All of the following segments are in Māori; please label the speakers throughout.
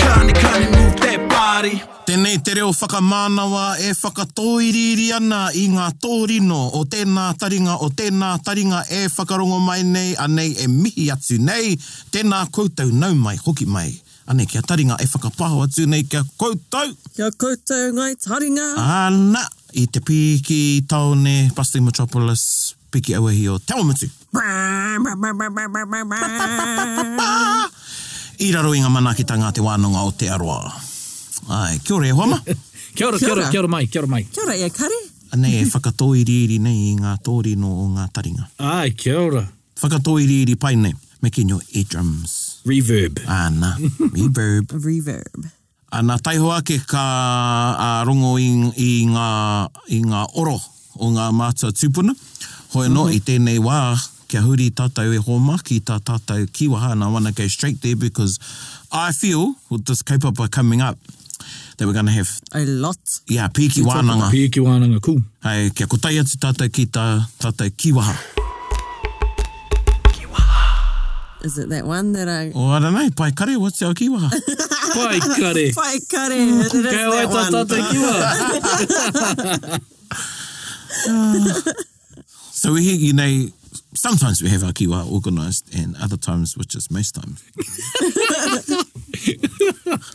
Speaker 1: Kani kani move that body
Speaker 2: Tēnei te reo whakamānawa e whakatōiriri ana i ngā tōrino o tēnā taringa o tēnā taringa e whakarongo mai nei anei e mihi atu nei tēnā koutou nau mai hoki mai. Anei kia taringa e whakapaho atu nei kia koutou.
Speaker 3: Kia koutou ngai taringa.
Speaker 2: Ana i te piki taone Pasting Metropolis piki auahi o Te Awamutu. Pa! I raro i ngā manakitanga te wānanga o te aroa. Ai, kia ora e hoama.
Speaker 4: Kia ora, kia
Speaker 3: Kia
Speaker 4: ora,
Speaker 3: ora.
Speaker 4: kia ora mai, kia ora mai.
Speaker 3: Kia ora e kare.
Speaker 2: Anei e whakatōiriri nei i ngā tōrino o ngā taringa.
Speaker 4: Ai, kia ora.
Speaker 2: Whakatōiriri pai nei, me kino e drums.
Speaker 4: Reverb.
Speaker 2: Ana, reverb.
Speaker 3: Reverb.
Speaker 2: Ana taiho ake ka a rongo i, i, ngā, i ngā oro o ngā mātua tūpuna. Hoi no, i tēnei wā, kia huri tātou e hōma ki tā tātou kiwaha and I want to go straight there because I feel with this kaupapa coming up that we're going to have, E
Speaker 3: A lot.
Speaker 2: yeah, piki wānanga.
Speaker 4: Pia ki wānanga kū.
Speaker 2: Hei, kia kotai atu tātou ki tā tātou kiwaha.
Speaker 3: Is it that one that I...
Speaker 2: O ara nei, pai kare, what's our kiwaha?
Speaker 4: Pai kare.
Speaker 3: Whai kare. It is
Speaker 4: Kia ora
Speaker 3: that
Speaker 4: tā
Speaker 3: one.
Speaker 4: tātou ki wā.
Speaker 2: So we hear, you know, sometimes we have our kiwa organised and other times, which is most times.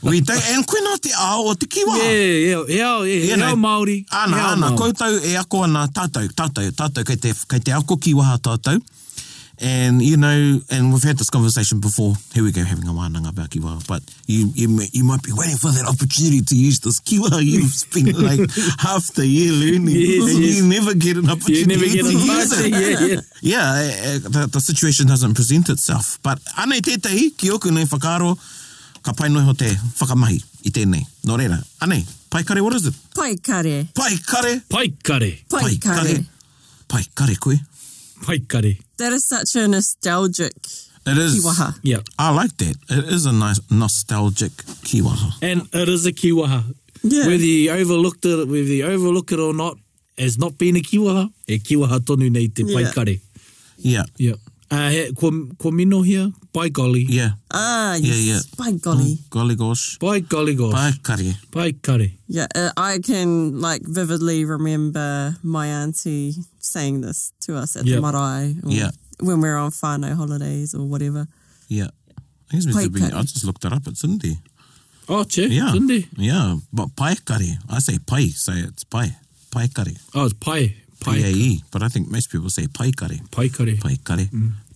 Speaker 2: we don't, and koe nā te ao o te kiwa.
Speaker 4: Yeah, yeah, yeah, yeah,
Speaker 2: Ianei.
Speaker 4: yeah, Māori.
Speaker 2: Ana,
Speaker 4: Heo
Speaker 2: ana,
Speaker 4: Māori.
Speaker 2: koutou e ako ana tātou, tātou, tātou, kei te, kei te ako kiwaha tātou. And, you know, and we've had this conversation before. Here we go, having a wānanga about kiwaha. But you, you, may- you might be waiting for that opportunity to use this kiwaha. You've spent like half the year learning.
Speaker 4: Yes,
Speaker 2: and
Speaker 4: yes.
Speaker 2: you never get an opportunity
Speaker 4: You never get
Speaker 2: to
Speaker 4: a
Speaker 2: use it.
Speaker 4: party. Yeah, yeah.
Speaker 2: yeah, eh, eh, the, the situation doesn't present itself. But anei tētahi, ki oku nei whakaro, ka pai noi ho te whakamahi i tēnei. Nō reira, anei, pai kare, what is it?
Speaker 3: Pai kare.
Speaker 2: Pai kare.
Speaker 4: Pai kare.
Speaker 3: Pai kare.
Speaker 2: Pai kare koe.
Speaker 4: Pai kare.
Speaker 3: That is such a nostalgic
Speaker 2: It is.
Speaker 3: kiwaha.
Speaker 4: Yeah.
Speaker 2: I like that. It is a nice nostalgic kiwaha.
Speaker 4: And it is a kiwaha.
Speaker 3: Yeah.
Speaker 4: Whether you overlooked it, whether you overlook it or not, as not being a kiwaha, e kiwaha tonu nei te pai
Speaker 3: Yeah.
Speaker 4: kare.
Speaker 2: Yeah.
Speaker 4: Yeah. Uh, he, ko, ko mino here, pai golly.
Speaker 2: Yeah.
Speaker 3: Ah,
Speaker 2: Yeah,
Speaker 3: yes.
Speaker 2: yeah. Mm.
Speaker 3: By golly.
Speaker 2: Golly gosh.
Speaker 4: Pai golly gosh.
Speaker 2: Pai kare.
Speaker 4: Pai kare.
Speaker 3: Yeah, uh, I can like vividly remember my auntie saying this to us at
Speaker 4: Yeah.
Speaker 3: the marae or
Speaker 2: Yeah.
Speaker 3: when we were on whānau holidays or whatever.
Speaker 2: Yeah. I, guess
Speaker 3: Pai
Speaker 2: pai
Speaker 3: kare.
Speaker 2: I just looked it up. It's in there.
Speaker 4: Oh, che,
Speaker 2: Yeah.
Speaker 4: isn't there?
Speaker 2: Yeah. But pai kare. I say pai, so it's pai. Pai kare.
Speaker 4: Oh, it's pai. Pai,
Speaker 2: P-A-E. But I think most people say pai kare.
Speaker 4: pai kare.
Speaker 2: Pai kare.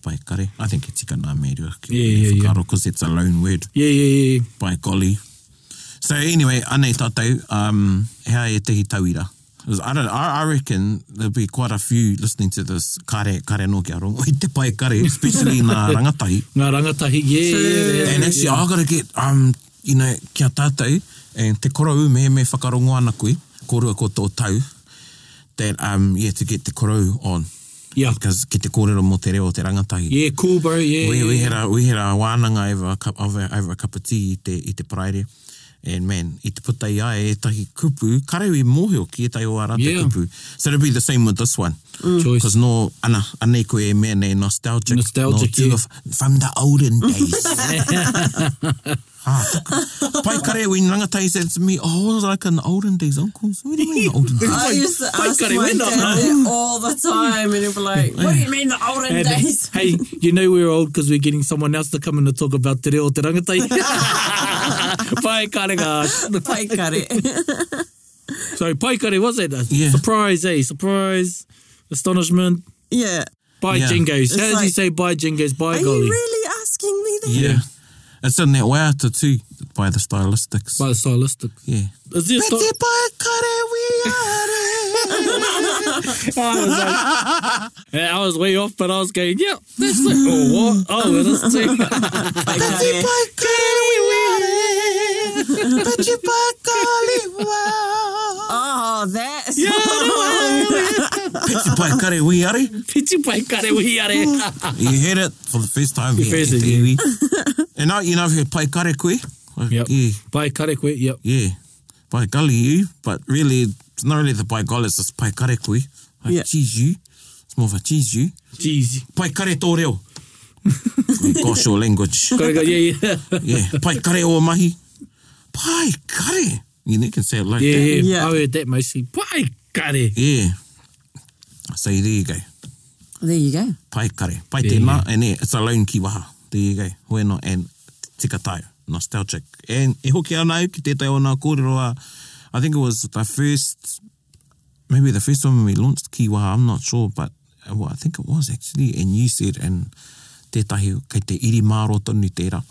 Speaker 2: Pai kare. I think it's tika nā me rua.
Speaker 4: Mm. Yeah, yeah, yeah.
Speaker 2: Because it's a loan word.
Speaker 4: Yeah, yeah, yeah.
Speaker 2: by golly. So anyway, anei tātou, um, hea e tehi tauira. 'Cause I don't I, I reckon there'll be quite a few listening to this kare, kare no kia rongo, i te pai kare, especially in uh, rangatahi.
Speaker 4: Ngā rangatahi, yeah, yeah, yeah.
Speaker 2: And actually, I've got to get, um, you know, kia tātou, and te korau me me whakarongo ana koe, korua ko tō tau, that, um, yeah, to get te korau on.
Speaker 4: Yeah.
Speaker 2: Because ki te kōrero mō te reo o te rangatahi.
Speaker 4: Yeah, cool, bro. Yeah,
Speaker 2: we,
Speaker 4: yeah,
Speaker 2: we
Speaker 4: yeah.
Speaker 2: had a we had a wānanga over a cup over, over a cup of tea i te, i te paraere. And man, i te puta i ae, e tahi kupu, karewi mōhio ki e tai o ara te
Speaker 4: Yeah. Mm.
Speaker 2: kupu. So it'll be the same with this one.
Speaker 4: Choice.
Speaker 2: Because no, ana, anei koe e mea nei nostalgic.
Speaker 4: Nostalgic,
Speaker 2: no,
Speaker 4: yeah.
Speaker 2: of, From the olden days. ah, pai kare, when Rangatai said to me, oh, it was like in the olden days, uncle. So what do you mean the olden days?
Speaker 3: I used to
Speaker 4: pai
Speaker 3: ask
Speaker 4: kare
Speaker 3: my
Speaker 4: wena.
Speaker 3: dad that all the time, and he'd be like, "What do you mean the olden
Speaker 4: And,
Speaker 3: days?"
Speaker 4: hey, you know we're old because we're getting someone else to come in and talk about te reo o te rangatai. pai kare gosh.
Speaker 3: Pai kare.
Speaker 4: Sorry, pai kare, was it?
Speaker 2: Yeah.
Speaker 4: Surprise, eh? Surprise, astonishment.
Speaker 3: yeah.
Speaker 4: By
Speaker 2: Yeah.
Speaker 4: jingos. How
Speaker 3: It's
Speaker 4: does he
Speaker 3: like-
Speaker 4: say by jingos? By
Speaker 3: Are
Speaker 4: golly.
Speaker 3: you really asking me that?
Speaker 2: Yeah. It's in that waiata too, by the stylistics.
Speaker 4: By the stylistic.
Speaker 2: yeah.
Speaker 4: Is there a sto-
Speaker 2: Pete pai kare, we are it.
Speaker 4: I was like, yeah, I was way off, but I was going, yeah, that's it. Oh, what? Oh, it is too.
Speaker 3: Pai kare.
Speaker 2: Pete pai kare, we are it.
Speaker 3: Oh, that.
Speaker 4: Yeah, I know, I
Speaker 2: Piti pai kare hui are.
Speaker 4: Piti pai kare wihi are.
Speaker 2: You heard it for the first time here.
Speaker 4: Ah. first
Speaker 2: ki te
Speaker 4: time,
Speaker 2: iwi. And now you know I've heard pai kare koe. Like,
Speaker 4: yep.
Speaker 2: Yeah,
Speaker 4: Mm. Pai kare koe, yep.
Speaker 2: yeah. Pai gully you, but really, it's not really the pai gully, it's just pai kare koe. Like
Speaker 3: Yeah.
Speaker 2: cheese you. It's more of a cheese you.
Speaker 4: Jeez.
Speaker 2: Pai kare tō reo. Oh, Gosh, your language.
Speaker 4: Gotta go, yeah, yeah.
Speaker 2: Yeah, pai kare o mahi. Pai kare. You know, you can say it like
Speaker 4: yeah,
Speaker 2: that.
Speaker 4: yeah.
Speaker 3: Yeah.
Speaker 4: I heard that mostly. Pai kare.
Speaker 2: Yeah. So there you go.
Speaker 3: There you go.
Speaker 2: Pai kare. Pai
Speaker 4: Yeah.
Speaker 2: tēnā, and yeah, it's alone ki waha. There you go. Hoeno and tika taio. Nostalgic. And e hoki ana au ki tētai o nā kōrero a, I think it was the first, maybe the first time we launched ki waha, I'm not sure, but uh, well, I think it was actually, and you said, and tētahi, kei te iri māro tonu tērā,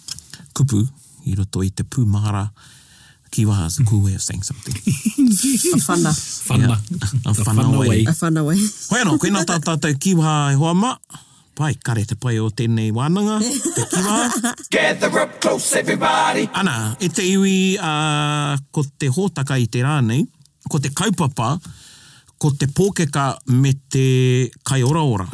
Speaker 2: kupu, i roto i te pūmahara, ki waha is a cool way of saying something.
Speaker 3: A whana.
Speaker 4: Whana.
Speaker 2: A
Speaker 4: The
Speaker 2: whana
Speaker 4: whana
Speaker 2: way.
Speaker 4: way.
Speaker 3: A whana way.
Speaker 2: Hoi anō, koe nā tātou te kiwaha e hoa ma. Pai, kare te pai o tēnei wānanga, te kiwaha.
Speaker 5: Gather up close, everybody.
Speaker 2: Ana, e te iwi uh, ko te hōtaka i te rānei, ko te kaupapa, ko te pōkeka me te kai ora ora.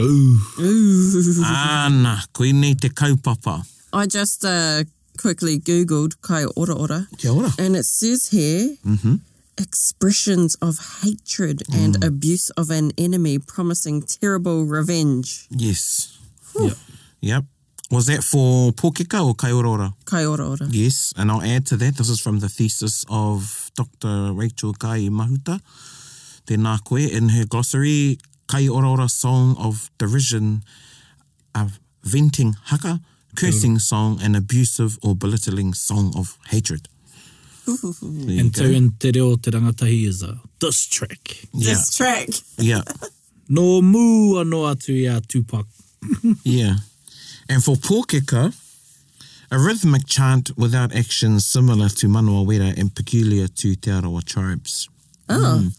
Speaker 2: Ana, koe nei te kaupapa.
Speaker 3: I just uh, quickly Googled kai ora ora.
Speaker 2: Kia ora.
Speaker 3: And it says here
Speaker 2: Mm-hmm.
Speaker 3: expressions of hatred and
Speaker 2: Mm.
Speaker 3: abuse of an enemy promising terrible revenge.
Speaker 2: Yes.
Speaker 4: Yep.
Speaker 2: Yep. Was that for pōkeka or kai ora ora?
Speaker 3: Kai ora ora.
Speaker 2: Yes, and I'll add to that, this is from the thesis of Dr. Rachel Kai Mahuta, tēnā koe, in her glossary, Kai Ora Ora Song of Derision, a venting haka,
Speaker 4: Mm.
Speaker 2: cursing song, and abusive or belittling song of hatred. There you
Speaker 4: And
Speaker 2: go.
Speaker 4: tau in te reo te rangatahi is a diss track.
Speaker 2: Yeah,
Speaker 3: This track.
Speaker 2: yeah,
Speaker 4: No mu anō atu i a Tupac.
Speaker 2: yeah. And for pōkeka, a rhythmic chant without action similar to Manawa Wera and peculiar to Te Arawa tribes. Hmm.
Speaker 3: Oh,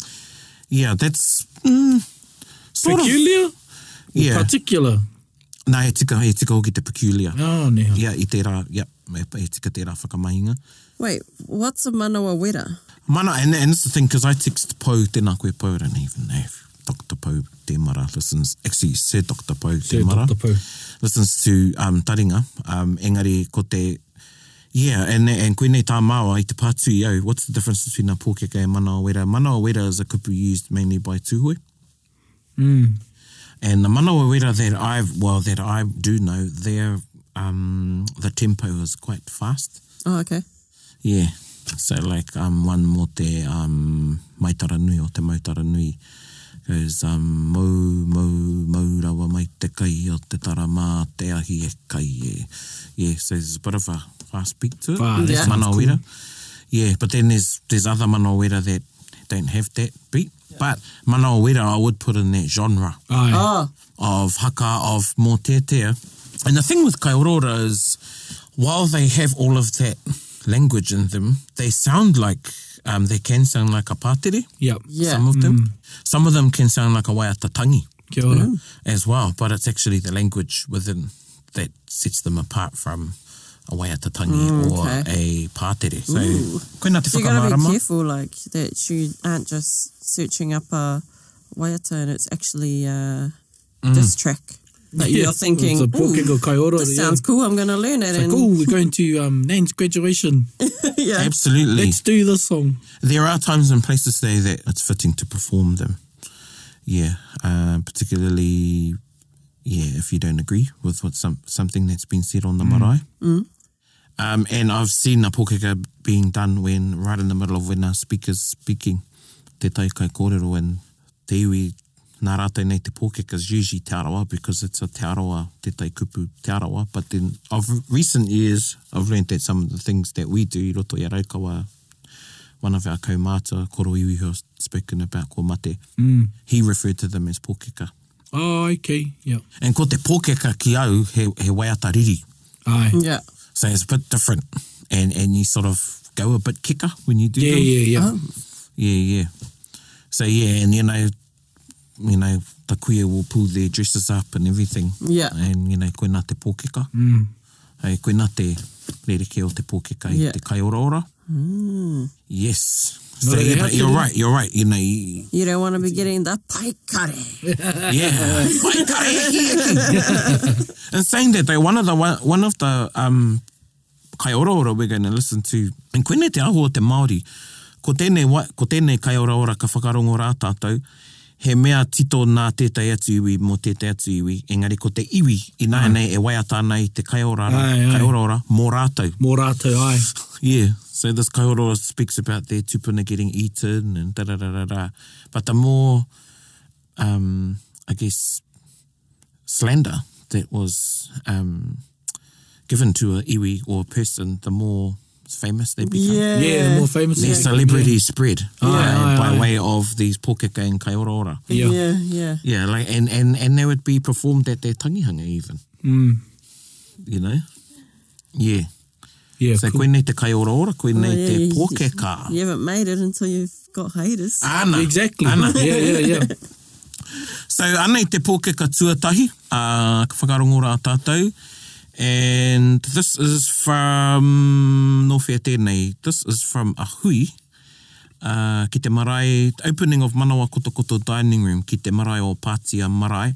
Speaker 2: Yeah, that's mm, sort of
Speaker 4: Peculiar?
Speaker 2: Yeah.
Speaker 4: Particular?
Speaker 2: Nā, he tika, he tika hoki te peculiar. Yeah.
Speaker 4: Oh, neha.
Speaker 2: Ia, i te rā, ia, me- he tika te rā whakamahinga.
Speaker 3: wait. What's a manawa wera?
Speaker 2: Mana, and, and this is the thing, because I text Poe, tēnā koe Poe, I don't even know if Dr. Poe Temara listens, actually, Sir Dr. Poe
Speaker 4: Sir
Speaker 2: Temara
Speaker 4: Dr. Poe.
Speaker 2: listens to um, Taringa, um, engari ko te, yeah, and, and koe nei tā māua i te pātū i au, what's the difference between a pōkeka and manawa wera? Manawa wera is a kupu used mainly by tūhoe. And the manawa wera that I've, well, that I do know, their, um, the tempo is quite fast.
Speaker 3: Oh, okay.
Speaker 2: Yeah. So like um one mo te um maitara nui o te mautara nui goes um mau mau maurawa mai te kai o te taramā te ahi e kai e. Yeah, so there's a bit of a fast beat to it.
Speaker 4: Wow, that
Speaker 2: There's
Speaker 4: sounds
Speaker 2: mana wera. Yeah, but then there's there's other mana wera that don't have that beat. But mana wera I would put in that genre
Speaker 4: Ai.
Speaker 3: Oh,
Speaker 2: of haka of mō tētea. And the thing with Kaiorora is, while they have all of that language in them, they sound like, um, they can sound like a pātere,
Speaker 4: Yep.
Speaker 3: Yeah. Mm.
Speaker 2: some of them. Some of them can sound like a waiatatangi
Speaker 4: Kia ora.
Speaker 2: as well, but it's actually the language within that sets them apart from a waiatatangi
Speaker 3: Mm,
Speaker 2: or
Speaker 3: okay.
Speaker 2: a pātere. So,
Speaker 3: Ooh.
Speaker 2: koe nā te
Speaker 3: so you gotta be
Speaker 2: whakamārama.
Speaker 3: careful, like that you aren't just searching up a waiata and it's actually a diss track. That
Speaker 4: Yeah,
Speaker 3: you're thinking,
Speaker 4: Mm. it's a
Speaker 3: "Ooh,
Speaker 4: pōkeko kai ora,
Speaker 3: this
Speaker 4: yeah."
Speaker 3: sounds cool. I'm gonna learn it.
Speaker 4: It's like,
Speaker 3: and
Speaker 4: oh, we're going to um, Nan's graduation.
Speaker 3: yeah,
Speaker 2: Absolutely.
Speaker 4: Let's do this song.
Speaker 2: There are times and places though that it's fitting to perform them. Yeah, uh, particularly yeah if you don't agree with what some something that's been said on the marae. Um, and I've seen a pōkeka being done when right in the middle of when a speaker's speaking, te tai kai kōrero and te iwi nā rātou nei te pōkeka is usually te arawa because it's a te arawa, te tai kupu te arawa. But then of recent years, I've learned that some of the things that we do i roto i a Raukawa one of our kaumata, Koro Iwi, who I've spoken about, ko Mate, mm. he referred to them as pōkeka.
Speaker 4: Oh, okay. Yep.
Speaker 2: And ko te pōkeka ki au, he, he waiata riri.
Speaker 4: Aye.
Speaker 3: yeah.
Speaker 2: So it's a bit different. And, and you sort of go a bit kicker when you do
Speaker 4: Yeah,
Speaker 2: them.
Speaker 4: yeah, yeah.
Speaker 2: Yeah, yeah. So yeah, and you know, you know, the queer will pull their dresses up and everything.
Speaker 3: Yeah.
Speaker 2: And you know, koe nā te pōkeka. Mm. Hei, koe nā te rereke o te pōkeka i
Speaker 3: Yeah.
Speaker 2: te kai ora ora. Mm. Yes. So,
Speaker 4: Not really
Speaker 2: yeah, but
Speaker 4: happy,
Speaker 2: you're
Speaker 4: yeah.
Speaker 2: right, you're right. You know, you,
Speaker 3: You don't want to be getting the paikare.
Speaker 2: yeah. My God. and saying that, though, one of the one, one of the um, kaioroora we're going to listen to, and koine te aho o te Māori, ko tēnei, wa- ko tēnei kaioroora ka whakarongo rā tātou, he mea tito nā tētai atu iwi mō tētai atu iwi, engari ko te iwi, i nā nei e waia tānei te
Speaker 4: Ai,
Speaker 2: kaiorara,
Speaker 4: ai.
Speaker 2: kaioroora mō rātou.
Speaker 4: Mō rātou, ai.
Speaker 2: Yeah, so this kaorora speaks about their tupuna getting eaten and da da da da da. But the more, um, I guess, slander that was um, given to a iwi or a person, the more famous they become.
Speaker 4: Yeah, the more famous
Speaker 2: Their
Speaker 4: they become,
Speaker 2: celebrity spread uh,
Speaker 4: aye,
Speaker 2: by
Speaker 4: aye.
Speaker 2: way of these pokeke and kaorora.
Speaker 4: Yeah.
Speaker 3: Yeah, yeah.
Speaker 2: Yeah, like and, and, and they would be performed at their tangihanga even.
Speaker 4: Mm,
Speaker 2: You know? Yeah.
Speaker 4: Yeah,
Speaker 2: So
Speaker 4: cool.
Speaker 2: koe nei te kaioroora, koe nei
Speaker 3: Oh, yeah,
Speaker 2: te
Speaker 3: yeah,
Speaker 2: pōkeka.
Speaker 3: You haven't made it until you've got haters.
Speaker 2: Ana.
Speaker 4: Exactly.
Speaker 2: Ana.
Speaker 4: Yeah, yeah, yeah.
Speaker 2: So ana i te pōkeka tuatahi, uh, ka whakarongo rā tātou. And this is from, no whea tēnei, this is from Ahui, uh, ki te marae, opening of Manawa Kotokoto Dining Room, ki te marae o Pātia marae,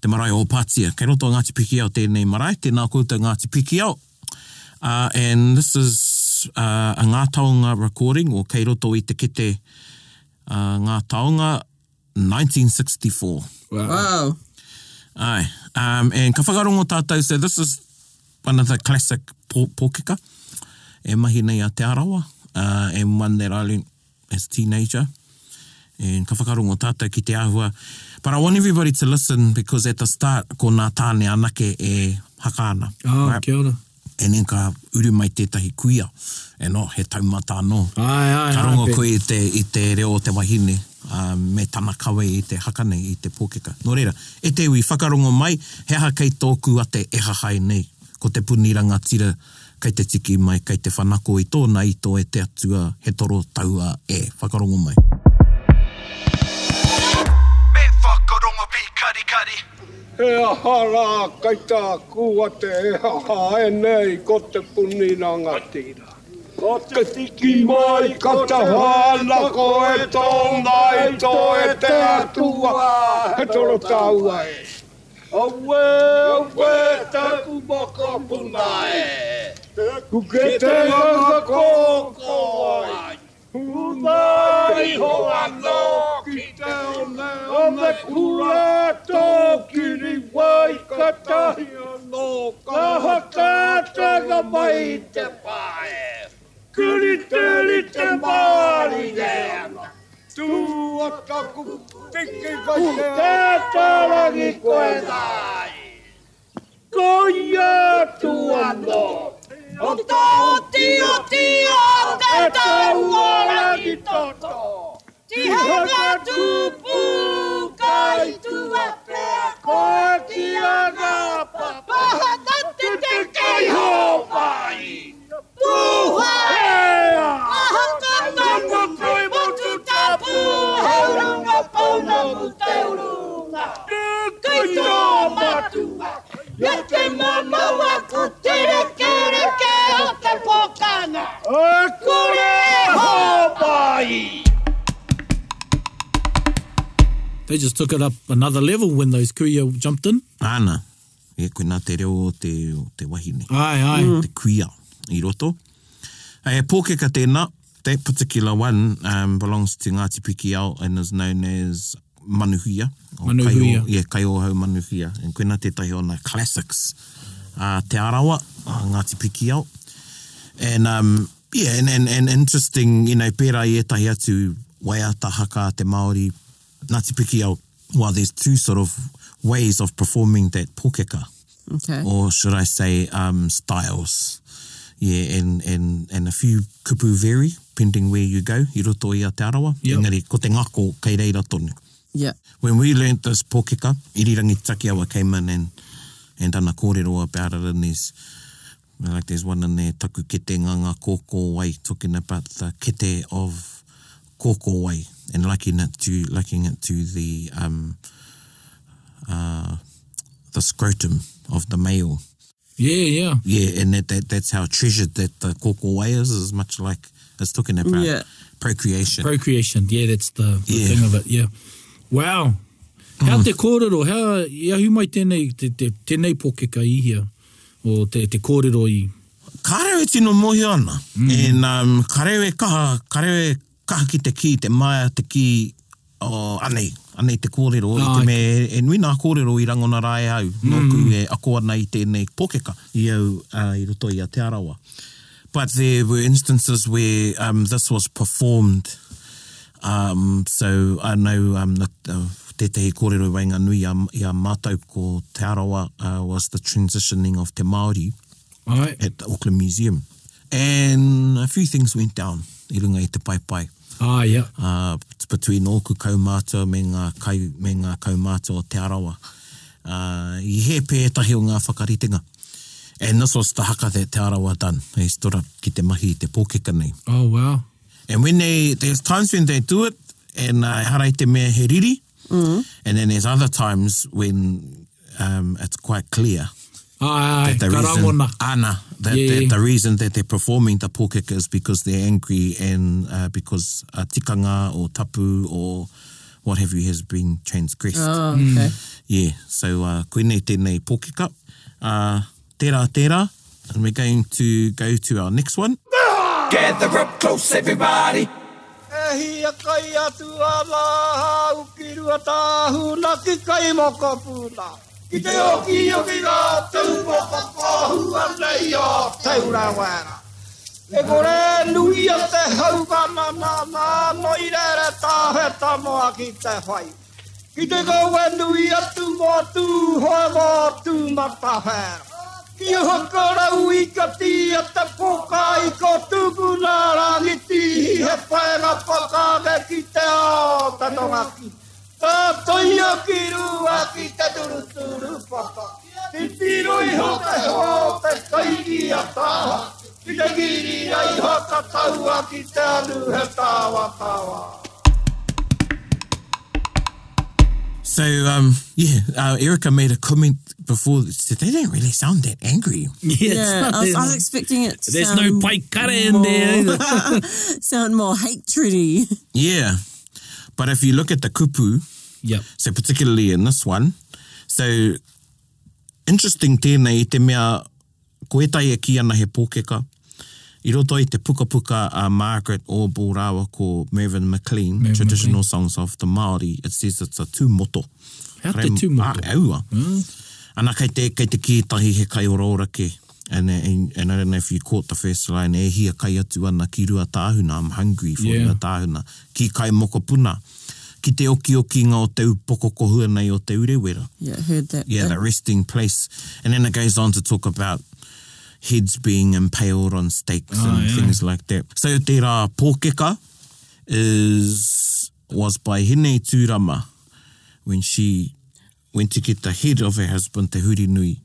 Speaker 2: te marae o Pātia. Kei roto a Ngāti Piki Ao tēnei marae, tēnā koutou Ngāti Piki Ao. Uh, and this is uh, a Ngā Taonga recording, o kei roto i te kete uh, Ngā Taonga 1964.
Speaker 4: Wow.
Speaker 3: Wow.
Speaker 2: Aye. Um, and ka whakarongo tātou, so this is one of the classic pō pōkeka. E mahi nei a te arawa, uh, and one that I learned as a teenager. And ka whakarongo tātou ki te āhua. But I want everybody to listen because at the start, ko nā tāne anake e hakaana.
Speaker 4: Ah, kia ora.
Speaker 2: And then ka uru mai tētahi kuia. E no, he taumata anō.
Speaker 4: Ai, ai,
Speaker 2: Ka
Speaker 4: ai,
Speaker 2: rongo
Speaker 4: pe.
Speaker 2: koe i te, i te reo o te wahine, um, me tana kawe i te hakane, i te pōkeka. Nō reira, e te iwi whakarongo mai, he aha kei tōku ate e hahai nei, ko te puniranga tira, kei te tiki mai, kei te whanako i tōna i tō e te atua, he toro taua e whakarongo mai.
Speaker 1: Me whakarongo pī kari.
Speaker 6: E ahara kei tā kua te e haha e nei ko te puninanga tira. Ko te tiki mai, ko te hāna, ko e tōna e tō e te atua, he toro tāua e. Aue, aue, taku moko puna e. Kuke te hanga kōkō ai. Unai ho anō ki te one o me kura tō kiri wai katahi anō ka hakatanga mai te pae. Kiri tēri te māri e ana. Tu ataku piki ka te tātarangi koe nai. Koia tu anō. O tōti o ti o te tauara ki tōtō. Ti hanga tupu kai tua pea koe ki a ngā papaha na te te kei hō mai. Puha! Aha tata mo koe mo tu tapu hauranga pauna mu te urunga. Kai tō matua. Ia te manawa ko te reke reke o te pokanga. A kore hōpai!
Speaker 4: They just took it up another level when those kuia jumped in.
Speaker 2: Ana, e koe nā te reo o te, o te wahine.
Speaker 4: Ai, ai.
Speaker 2: te kuia i roto. E pōkeka tēnā, that particular one um, belongs to Ngāti Piki Ao and is known as Manuhia. or Kai
Speaker 4: Manuhia.
Speaker 2: o, yeah, Kai Ohau Manuhia. And koena tētahi o nā classics. Uh, te Arawa, uh, Ngāti Piki Ao. And, um, yeah, and, and, and interesting, you know, pērā i etahi atu waiata haka te Māori Ngāti Piki Ao. Well, there's two sort of ways of performing that pōkeka
Speaker 3: Okay.
Speaker 4: Oh.
Speaker 2: or should I say, um, styles. Yeah, and, and, and a few kupu vary, depending where you go, i roto i a te arawa.
Speaker 4: Yep.
Speaker 2: Engari, ko te ngako kei reira tonu.
Speaker 3: Yeah.
Speaker 2: When we learnt this pōkeka, Irirangi Takiawa came in and, and done a kōrero about it and there's, like there's one in there, taku kete nganga kōkō wai, talking about the kete of kōkō wai and liking it to, liking it to the, um, uh, the scrotum of the male.
Speaker 4: Yeah, yeah.
Speaker 2: Yeah, and that, that that's how treasured that the koko way is, is much like it's talking about
Speaker 3: Yeah.
Speaker 2: procreation.
Speaker 4: Procreation. Yeah, that's the, the
Speaker 2: Yeah. Hmm.
Speaker 4: thing of it. Yeah. Wow. How te kōrero, how, ia hu mai tēnei, te, te, tēnei poke ka ihia, o te, te kōrero i.
Speaker 2: Karewe tino mohi ana. Mm. And um, karewe kaha, karewe kaha ki te ki, te maia te ki, o anei, anei te kōrero, oh, i
Speaker 4: Ah,
Speaker 2: te me, e nui nā kōrero i rangona rai au, mm. nōku e ako ana i tēnei pōkeka i au uh, i roto i a te arawa. But there were instances where um, this was performed Um, so I know um, the, uh, tētahi kōrero wainga nui a, i a mātou ko Te Arawa uh, was the transitioning of Te Māori
Speaker 4: Ai,
Speaker 2: at the Auckland Museum. And a few things went down i runga i te pai pai.
Speaker 4: ai, ia.
Speaker 2: Uh, between Oku kaumātua me ngā, kai, me ngā kaumātua o Te Arawa. Uh, I he pētahi o ngā whakaritenga. And this was the haka that Te Arawa done. He stood up ki te mahi i te pōkeka nei.
Speaker 4: Oh, wow.
Speaker 2: And when they, there's times when they do it, and uh, harai te mea he riri, and then there's other times when um, it's quite clear
Speaker 4: Ai, ai,
Speaker 2: that the
Speaker 4: karangona.
Speaker 2: reason, ana, that,
Speaker 4: Yeah,
Speaker 2: that
Speaker 4: yeah.
Speaker 2: the reason that they're performing the pōkeka is because they're angry and uh, because uh, tikanga or tapu or what have you has been transgressed.
Speaker 4: Ah.
Speaker 3: Oh,
Speaker 4: Hmm.
Speaker 3: okay.
Speaker 2: Yeah, so uh, koinei tēnei pōkeka. Uh, tērā tērā, and we're going to go to our next one.
Speaker 5: Gather up close, everybody.
Speaker 6: Ehi E a kai atu a la hau ki rua tāhuna ki kai moko pūna. Ki te oki oki ngā tau moka pāhua nei o tau rawera. E kore nui a te haupana nā nā noi rere tāhe tamoa ki te whai. Ki te kowe nui atu mō tū hoa mō tū matahera. Ki hokorau i ka ti a te poka i ko tupu nā rangiti i he whaenga pakame ki te ao tatongaki. Tā toi o ki rua ki te turu turu papa. Ki tiro i ho te ho te kaiki a tāha. Ki te giri ai ho ka taua ki te anu he tāwa tāwa.
Speaker 2: So um, yeah, uh, Erica made a comment before. that said They didn't really sound that angry.
Speaker 4: Yeah, it's
Speaker 3: Yeah,
Speaker 4: not-
Speaker 3: I was, I was expecting it to
Speaker 4: There's
Speaker 3: sound
Speaker 4: no paikara in there
Speaker 3: more-
Speaker 4: either.
Speaker 3: sound more hatredy.
Speaker 2: Yeah, but if you look at the kupu,
Speaker 4: Yep.
Speaker 2: so particularly in this one, so interesting tēnei i te mea koetai e ki ana he pōkeka. I roto i te puka puka a Margaret Orbo rawa ko Mervyn McLean,
Speaker 4: Mervyn
Speaker 2: traditional
Speaker 4: McLean.
Speaker 2: songs of the Māori, it says it's a tūmoto.
Speaker 4: How te Hmm?
Speaker 2: Rem-
Speaker 4: tūmoto?
Speaker 2: Ah, aua. Ana kai te, kei te kītahi he kai ora ora ke. And, and, and I don't know if you caught the first line, e hia kai atu ana ki rua tāhuna, I'm hungry for
Speaker 4: Yeah.
Speaker 2: yeah. rua tāhuna. Ki kai mokopuna. Ki te oki oki ngā o te upoko kohua nei o te urewera.
Speaker 3: Yeah, I heard that.
Speaker 2: Yeah,
Speaker 3: bit.
Speaker 2: the resting place. And then it goes on to talk about heads being impaled on stakes
Speaker 4: Ah,
Speaker 2: and
Speaker 4: yeah.
Speaker 2: things like that. So te rā pōkeka is, was by Hine Tūrama when she went to get the head of her husband, Te Huri Nui,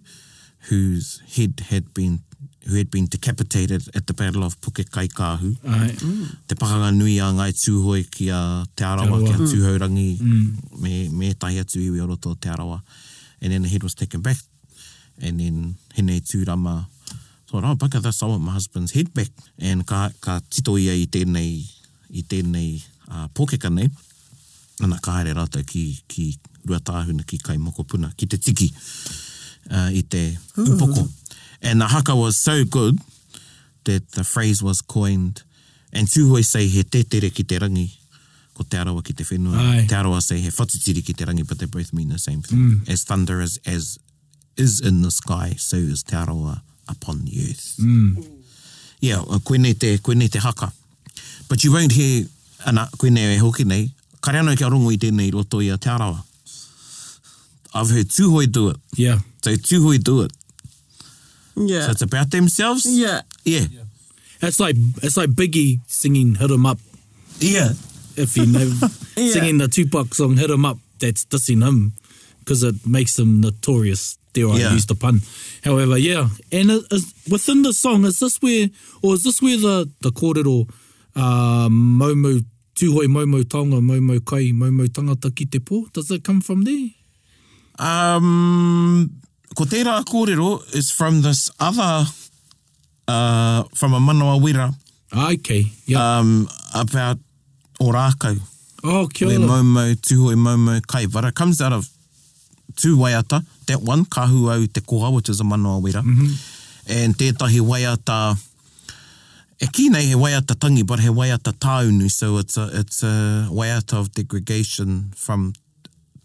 Speaker 2: whose head had been who had been decapitated at the Battle of Pukekaikahu.
Speaker 4: Ai,
Speaker 2: Te pakanga nui a ngai tūhoi ki a Te Arawa,
Speaker 4: Te Arawa.
Speaker 2: ki a tūhaurangi, mm. me, me tahi atu iwi o roto o Te Arawa. And then the head was taken back, and then Hene Tūrama thought, oh, baka, that's I want my husband's head back. And ka, ka tito ia i tēnei, i tēnei uh, pōkeka nei, ana ka haere rātou ki, ki ruatāhuna ki kai mokopuna, ki te tiki uh, i te upoko. And the haka was so good that the phrase was coined, and tūhoi sei he tētere ki te rangi, ko te arawa ki te whenua,
Speaker 4: Ai.
Speaker 2: te arawa sei he whatutiri ki te rangi, but they both mean the same thing. As thunder is, as is in the sky, so is te arawa upon the earth. Yeah, uh, koinei te, koinei te haka. But you won't hear, ana, koinei e hoki nei, kare anō kia rongo i tēnei roto i a te arawa. I've heard tūhoi do it.
Speaker 4: yeah.
Speaker 2: So tūhoi do it.
Speaker 3: Yeah.
Speaker 2: So it's about themselves?
Speaker 3: yeah.
Speaker 2: Yeah.
Speaker 4: That's like, that's like Biggie singing Hit 'em Up.
Speaker 2: Yeah.
Speaker 4: If you know,
Speaker 3: Yeah.
Speaker 4: singing the Tupac song Hit 'em Up, that's dissing him because it makes him notorious. Dare I
Speaker 2: Yeah.
Speaker 4: use the pun? However, yeah. And it is, within the song, is this where, or is this where the, the kōrero uh, momo, tūhoi momo tonga, momo kai, momo tangata ki te pō? Does it come from there?
Speaker 2: Um, ko tērā kōrero is from this other, uh, from a manawa wera,
Speaker 4: Ah, Okay, yeah.
Speaker 2: um, about o rākau.
Speaker 4: oh, kia
Speaker 2: Where
Speaker 4: ora.
Speaker 2: Momo, Tuho e Momo Kaivara comes out of two waiata. That one, Kahuau Te Koha, which is a manoa wera. Mm-hmm. And tētahi waiata, e ki nei he waiata tangi, but he waiata tāunu. So it's a, it's a waiata of degradation from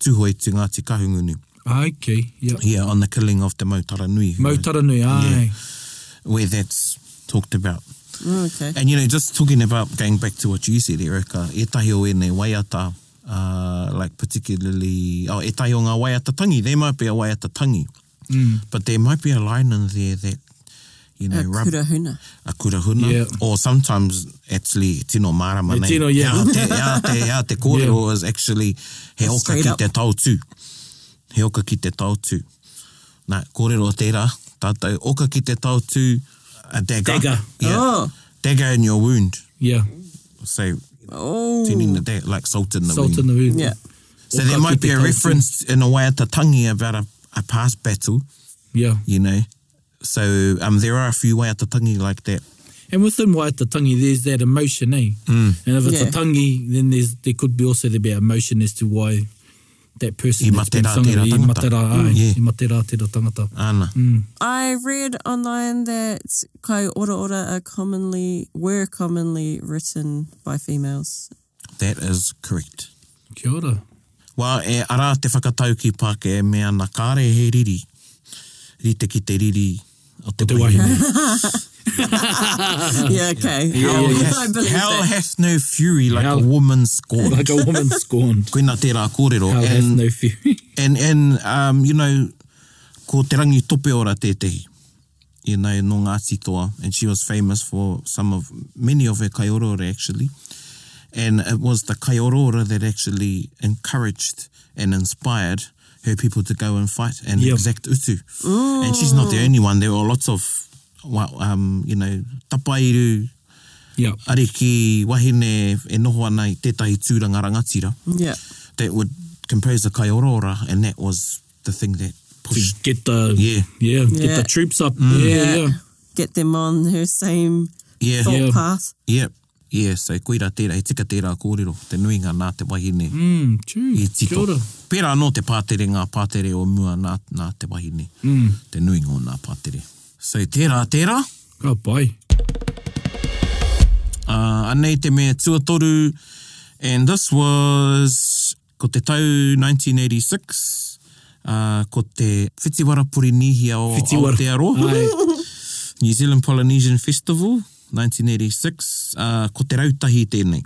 Speaker 2: Tuho e Te Ngāti Kahungunu.
Speaker 4: Ah, Okay, yeah.
Speaker 2: Yeah, on the killing of the Mautara Nui. who-
Speaker 4: Mautara nui, ai.
Speaker 2: Where that's talked about.
Speaker 3: Oh, okay.
Speaker 2: And you know, just talking about going back to what you said, Erica, e tahi o ēnei waiata, uh, like particularly, oh, e tahi o ngā waiata tangi, there might be a waiata tangi, mm. but there might be a line in there that, you know,
Speaker 3: A
Speaker 2: rub-
Speaker 3: kura huna.
Speaker 2: a kurahuna,
Speaker 4: Yeah.
Speaker 2: or sometimes actually tino marama
Speaker 4: E
Speaker 2: nei.
Speaker 4: tino, yeah.
Speaker 2: Hea te, hea te, hea te kōrero is actually he oka
Speaker 3: Straight
Speaker 2: ki
Speaker 3: up.
Speaker 2: te tautū. He oka ki te tautū. Nā, kōrero tērā, tātou, oka ki te tautū, a dagger.
Speaker 4: Dagger.
Speaker 2: Yeah.
Speaker 3: Oh.
Speaker 2: Dagger in your wound.
Speaker 4: Yeah,
Speaker 2: So,
Speaker 3: Oh.
Speaker 2: tuning the dagger, like salt in the
Speaker 4: salt
Speaker 2: wound.
Speaker 4: in the wound.
Speaker 3: Yeah.
Speaker 2: so there might be a reference in a way at the tangi about a, a past battle,
Speaker 4: Yeah.
Speaker 2: you know. So um, there are a few way at the tangi like that.
Speaker 4: And within Waitangi, there's that emotion, eh? Mm. And if it's a
Speaker 3: Yeah.
Speaker 4: tangi, then there's there could be also there be emotion as to why that person
Speaker 2: I
Speaker 4: that's been
Speaker 2: mate rā
Speaker 4: sung
Speaker 2: tērā
Speaker 4: i
Speaker 2: tangata. Mm,
Speaker 4: mate rā, ai,
Speaker 2: Yeah.
Speaker 4: i mate rā tērā tangata.
Speaker 2: Ana.
Speaker 4: Mm.
Speaker 3: I read online that kai ora ora are commonly were commonly written by females.
Speaker 2: That is correct.
Speaker 4: Kia ora.
Speaker 2: Wā e ara te whakatau ki Pāke e mea nā kāre he riri. Rite ki te riri o te,
Speaker 4: Te
Speaker 2: wahine.
Speaker 4: wahine.
Speaker 3: yeah, okay.
Speaker 2: Hell,
Speaker 3: I,
Speaker 4: yeah.
Speaker 3: I
Speaker 2: hath,
Speaker 3: believe
Speaker 2: hell
Speaker 3: that.
Speaker 2: hath no fury like
Speaker 4: Hell-
Speaker 2: a woman scorned.
Speaker 4: like a woman scorned.
Speaker 2: Koina tērā kōrero.
Speaker 4: Hell has
Speaker 2: and,
Speaker 4: no fury.
Speaker 2: and, and um, you know, ko te rangi tope ora tētahi. You know, no ngā titoa. And she was famous for some of, many of her kaiorore actually. And it was the kaiorora that actually encouraged and inspired her people to go and fight and
Speaker 4: Yep.
Speaker 2: exact utu. And she's not the only one. There were lots of, wa- um, you know, tapairu,
Speaker 4: yeah.
Speaker 2: ariki, wahine, e noho ana i tētahi tūranga rangatira
Speaker 3: yeah.
Speaker 2: that would compose the kaiorora, and that was the thing that
Speaker 4: To
Speaker 2: pushed.
Speaker 4: get the
Speaker 2: Yeah. Mm.
Speaker 4: yeah, get
Speaker 3: Yeah.
Speaker 4: the troops up. Yeah, yeah.
Speaker 3: Get them on her same
Speaker 2: Yeah,
Speaker 3: thought
Speaker 4: Yeah.
Speaker 3: path.
Speaker 2: yeah, yeah. So koira tērā, e tika tērā kōrero, te nuinga nā te wahine mm.
Speaker 4: Mm, true.
Speaker 2: i
Speaker 4: Kia
Speaker 2: tito.
Speaker 4: ora.
Speaker 2: Pērā anō te pātere ngā pātere o mua nā, nā te wahine,
Speaker 4: Hmm.
Speaker 2: mm. te nuinga o nā pātere. So tērā, tērā,
Speaker 4: Oh, bye.
Speaker 2: uh, anei te mea tuatoru, and this was ko te tau 1986, uh, ko te whitiwarapuri nihia o
Speaker 4: Whitiwara.
Speaker 2: Aotearoa.
Speaker 4: Ai.
Speaker 2: New Zealand Polynesian Festival, 1986, uh, ko te rautahi tēnei.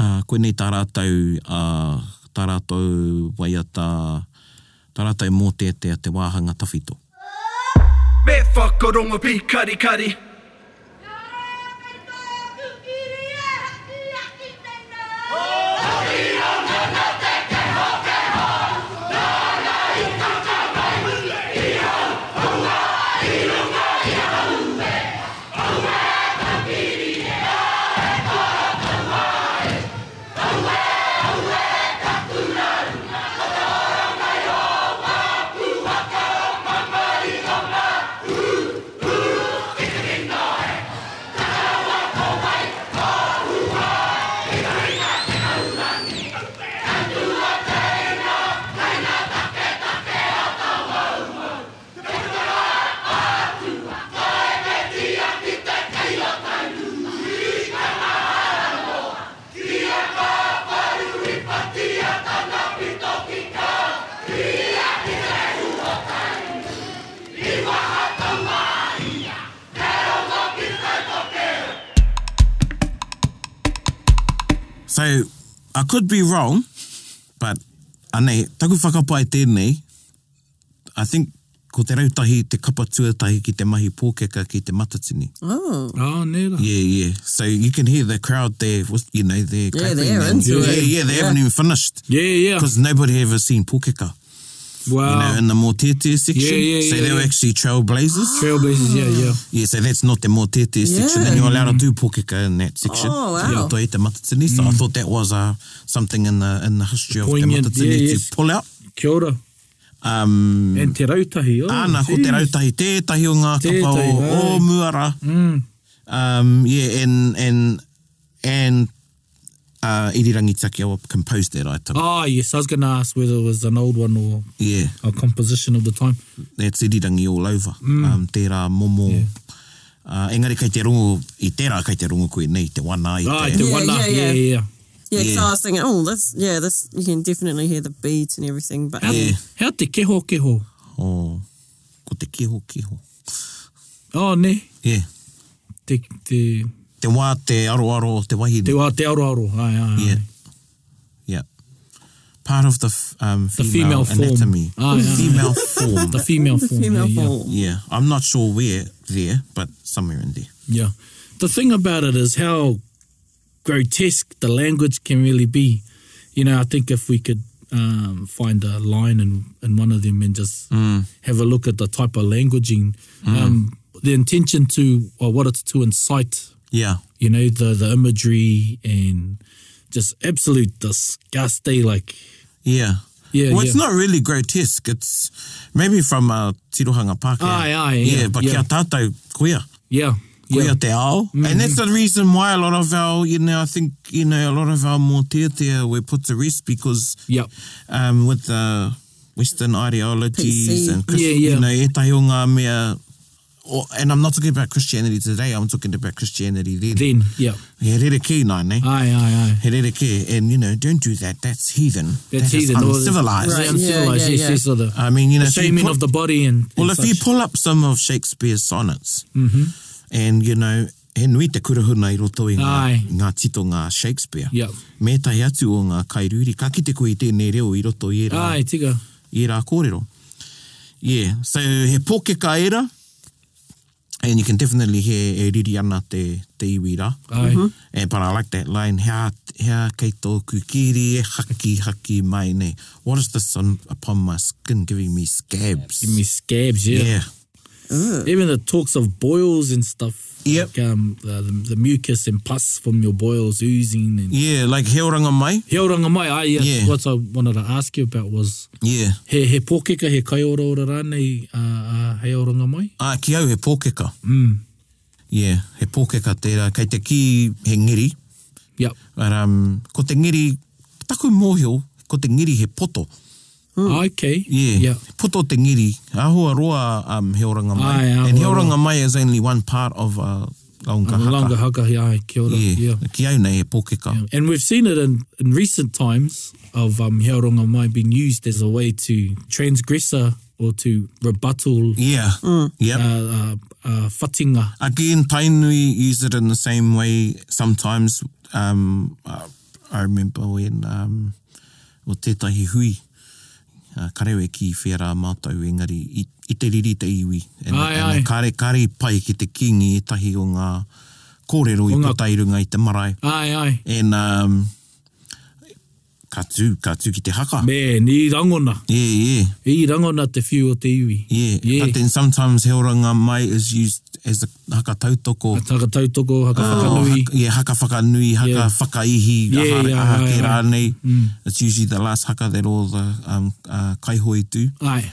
Speaker 2: Uh, koe nei tā rātou, uh, tā rātou waiata, tā rātou mō tētea te wāhanga tawhito.
Speaker 1: Me whakarongo pi kari kari
Speaker 2: So, I could be wrong, but anei, taku whakapai tēnei, I think ko te rautahi, te kapa tuatahi ki te mahi pōkeka ki te matatini.
Speaker 3: Oh.
Speaker 4: Oh, nera.
Speaker 2: Yeah, yeah. So you can hear the crowd there. Was you know they're
Speaker 3: Yeah,
Speaker 2: clapping
Speaker 3: they're
Speaker 2: and-
Speaker 3: into
Speaker 2: yeah,
Speaker 3: it.
Speaker 2: Yeah, they
Speaker 3: Yeah.
Speaker 2: haven't even finished
Speaker 4: Yeah, Ah. yeah.
Speaker 2: because nobody ever seen pukeka.
Speaker 4: Wow.
Speaker 2: You know, in the Motete section.
Speaker 4: Yeah, Ah. yeah,
Speaker 2: so
Speaker 4: yeah,
Speaker 2: they were
Speaker 4: yeah.
Speaker 2: actually trailblazers.
Speaker 4: Trailblazers, yeah, yeah.
Speaker 3: Ah.
Speaker 2: yeah, so that's not the Motete section. And you're allowed to do pukeka in that section.
Speaker 3: Oh, wow.
Speaker 2: Yeah, Toita Matatini. So I thought that was uh, something in the in the history of
Speaker 4: Mm. Poignant,
Speaker 2: the Matatini
Speaker 4: yeah,
Speaker 2: to
Speaker 4: yes.
Speaker 2: pull out.
Speaker 4: Kia ora.
Speaker 2: Um,
Speaker 4: And te rautahi. Oh,
Speaker 2: Ana, ko te
Speaker 4: geez.
Speaker 2: rautahi tētahi o ngā kapa
Speaker 4: Tētahi,
Speaker 2: o
Speaker 4: ai.
Speaker 2: o muara.
Speaker 4: Mm.
Speaker 2: Um, yeah, and, and, and uh, Irirangi Take Awa composed that, I took.
Speaker 4: Ah, yes, I was going to ask whether it was an old one or
Speaker 2: Yeah,
Speaker 4: a composition of the time.
Speaker 2: that's Irirangi all over.
Speaker 4: Mm.
Speaker 2: Um, tērā momo. Uh, engari kei te rongo, i tērā kei te rongo koe nei, te wana i te...
Speaker 4: Ah, te
Speaker 3: Yeah,
Speaker 4: wana.
Speaker 3: yeah,
Speaker 4: Yeah,
Speaker 3: yeah.
Speaker 4: yeah, yeah.
Speaker 3: Yeah, so
Speaker 2: Yeah.
Speaker 3: I was thinking, oh, that's yeah, that's you can definitely hear the beats and everything, but um,
Speaker 4: How,
Speaker 2: Yeah.
Speaker 4: how te keho keho?
Speaker 2: Oh, ko te keho keho.
Speaker 4: Oh, ne.
Speaker 2: Yeah.
Speaker 4: Te, te,
Speaker 2: Te wā, te aroaro, te wahine.
Speaker 4: te wā te aroaro. Ai, ai, ai.
Speaker 2: Yeah. Yeah. Part of the f- um,
Speaker 4: The
Speaker 2: female,
Speaker 4: female form.
Speaker 2: anatomy.
Speaker 4: Ah, yeah.
Speaker 2: female form.
Speaker 4: The female
Speaker 3: the
Speaker 4: form.
Speaker 3: female
Speaker 4: yeah,
Speaker 3: form.
Speaker 2: yeah. I'm not sure where there, but somewhere in there.
Speaker 4: Yeah. yeah. The thing about it is how grotesque the language can really be. You know, I think if we could um, find a line in, in one of them and just
Speaker 2: Mm.
Speaker 4: have a look at the type of languaging, um, the intention to, or what it's to incite
Speaker 2: Yeah.
Speaker 4: you know the the imagery and just absolute disgust eh? like
Speaker 2: Yeah.
Speaker 4: Yeah,
Speaker 2: Well, it's
Speaker 4: yeah.
Speaker 2: not really grotesque. It's maybe from uh, Tirohanga Pākehā.
Speaker 4: Aye, aye,
Speaker 2: Yeah,
Speaker 4: yeah,
Speaker 2: but
Speaker 4: yeah.
Speaker 2: kia tātou kuia.
Speaker 4: yeah
Speaker 2: Kuia
Speaker 4: yeah Mm-hmm.
Speaker 2: te ao. And that's the reason why a lot of our, you know, I think, you know, a lot of our more teatea were put to rest because
Speaker 4: yeah
Speaker 2: um, with the Western ideologies
Speaker 3: PC.
Speaker 2: and Christ-
Speaker 4: Yeah, yeah.
Speaker 2: you know, e tahi o ngā mea, or, and I'm not talking about Christianity today, I'm talking about Christianity then.
Speaker 4: then Uh. yeah
Speaker 2: He rere ki nai, nei?
Speaker 4: aye aye aye
Speaker 2: He rere ki, and you know, don't do that, that's heathen.
Speaker 4: that's
Speaker 2: that is
Speaker 4: heathen or the-
Speaker 2: uncivilized.
Speaker 4: Yeah,
Speaker 3: Right, yeah,
Speaker 4: uncivilized
Speaker 3: yeah,
Speaker 4: yes
Speaker 3: yeah.
Speaker 4: yes or the
Speaker 2: I mean, you know,
Speaker 4: the
Speaker 2: if you
Speaker 4: shaming
Speaker 2: put-
Speaker 4: of the body and
Speaker 2: Well,
Speaker 4: and
Speaker 2: if you
Speaker 4: such.
Speaker 2: pull up some of Shakespeare's sonnets, mm-hmm. and you know, he nui te kurahuna i roto i
Speaker 4: Ai.
Speaker 2: ngā, ngā tito ngā Shakespeare,
Speaker 4: Yep.
Speaker 2: mētai atu o ngā kairuri, ka kite koe i tēnei reo i roto i rā
Speaker 4: aye tika
Speaker 2: i rā kōrero. Yeah, so he pōke ka era, and you can definitely hear e riri ana te, te iwi rā.
Speaker 4: aye
Speaker 2: And, but I like that line, hea, hea kei tōku kiri e haki haki mai nei. What is this on, upon my skin giving me scabs?
Speaker 4: give me scabs yeah.
Speaker 2: yeah.
Speaker 4: even the talks of boils and stuff
Speaker 2: Yep.
Speaker 4: like, um the, the, the mucus and pus from your boils oozing and
Speaker 2: Yeah, like he oranga mai.
Speaker 4: He oranga mai, ai, yeah.
Speaker 2: Yeah.
Speaker 4: what I wanted to ask you about was
Speaker 2: Yeah.
Speaker 4: he, he pōkeka, he kaiora ora rānei, uh, uh, he oranga mai?
Speaker 2: Ah, ki au he pōkeka. Mm. Yeah, he pōkeka tērā. Kei te ki he ngiri.
Speaker 4: Yep.
Speaker 2: But, um, ko te ngiri, taku mōhio, ko te ngiri he poto.
Speaker 4: Okay.
Speaker 2: Hmm. Yeah.
Speaker 4: Yeah.
Speaker 2: Puto te ngiri. Ahua roa um, he oranga mai.
Speaker 4: Ai, ahua
Speaker 2: and he oranga
Speaker 4: roa.
Speaker 2: mai is only one part of uh, Launga
Speaker 4: And
Speaker 2: Haka.
Speaker 4: Langa haka, he ai, kia ora.
Speaker 2: Yeah.
Speaker 4: Yeah.
Speaker 2: Ki au nei e pōkeka.
Speaker 4: yeah. And we've seen it in, in recent times of um, he oranga mai being used as a way to transgressor or to rebuttal
Speaker 2: Yeah. Yep.
Speaker 4: uh, uh, uh, whatinga.
Speaker 2: Again, Tainui use it in the same way sometimes. Um, uh, I remember when um, o tētahi hui, uh, karewe ki whērā mātou, engari i, i te riri te iwi. And,
Speaker 4: Ai,
Speaker 2: and
Speaker 4: ai.
Speaker 2: a kare, kare pai ki te kingi e tahi o ngā kōrero i
Speaker 4: O ngā-
Speaker 2: putairunga i te marae.
Speaker 4: Ai, ai.
Speaker 2: And um, ka tū, ka tū ki te haka.
Speaker 4: Man, i rangona.
Speaker 2: Yeah, yeah,
Speaker 4: I rangona te whiu o te iwi.
Speaker 2: yeah,
Speaker 4: Yeah.
Speaker 2: But then sometimes he oranga mai is used as a haka tautoko.
Speaker 4: Taka tautoko, haka
Speaker 2: Ah.
Speaker 4: whakanui.
Speaker 2: haka, yeah, haka whakanui, haka
Speaker 4: Yeah.
Speaker 2: whakaihi,
Speaker 4: Yeah,
Speaker 2: ahare,
Speaker 4: yeah,
Speaker 2: aha
Speaker 4: aye,
Speaker 2: ke
Speaker 4: aye.
Speaker 2: rānei.
Speaker 4: Mm.
Speaker 2: It's usually the last haka that all the um, uh, kaihoi do.
Speaker 4: Ai.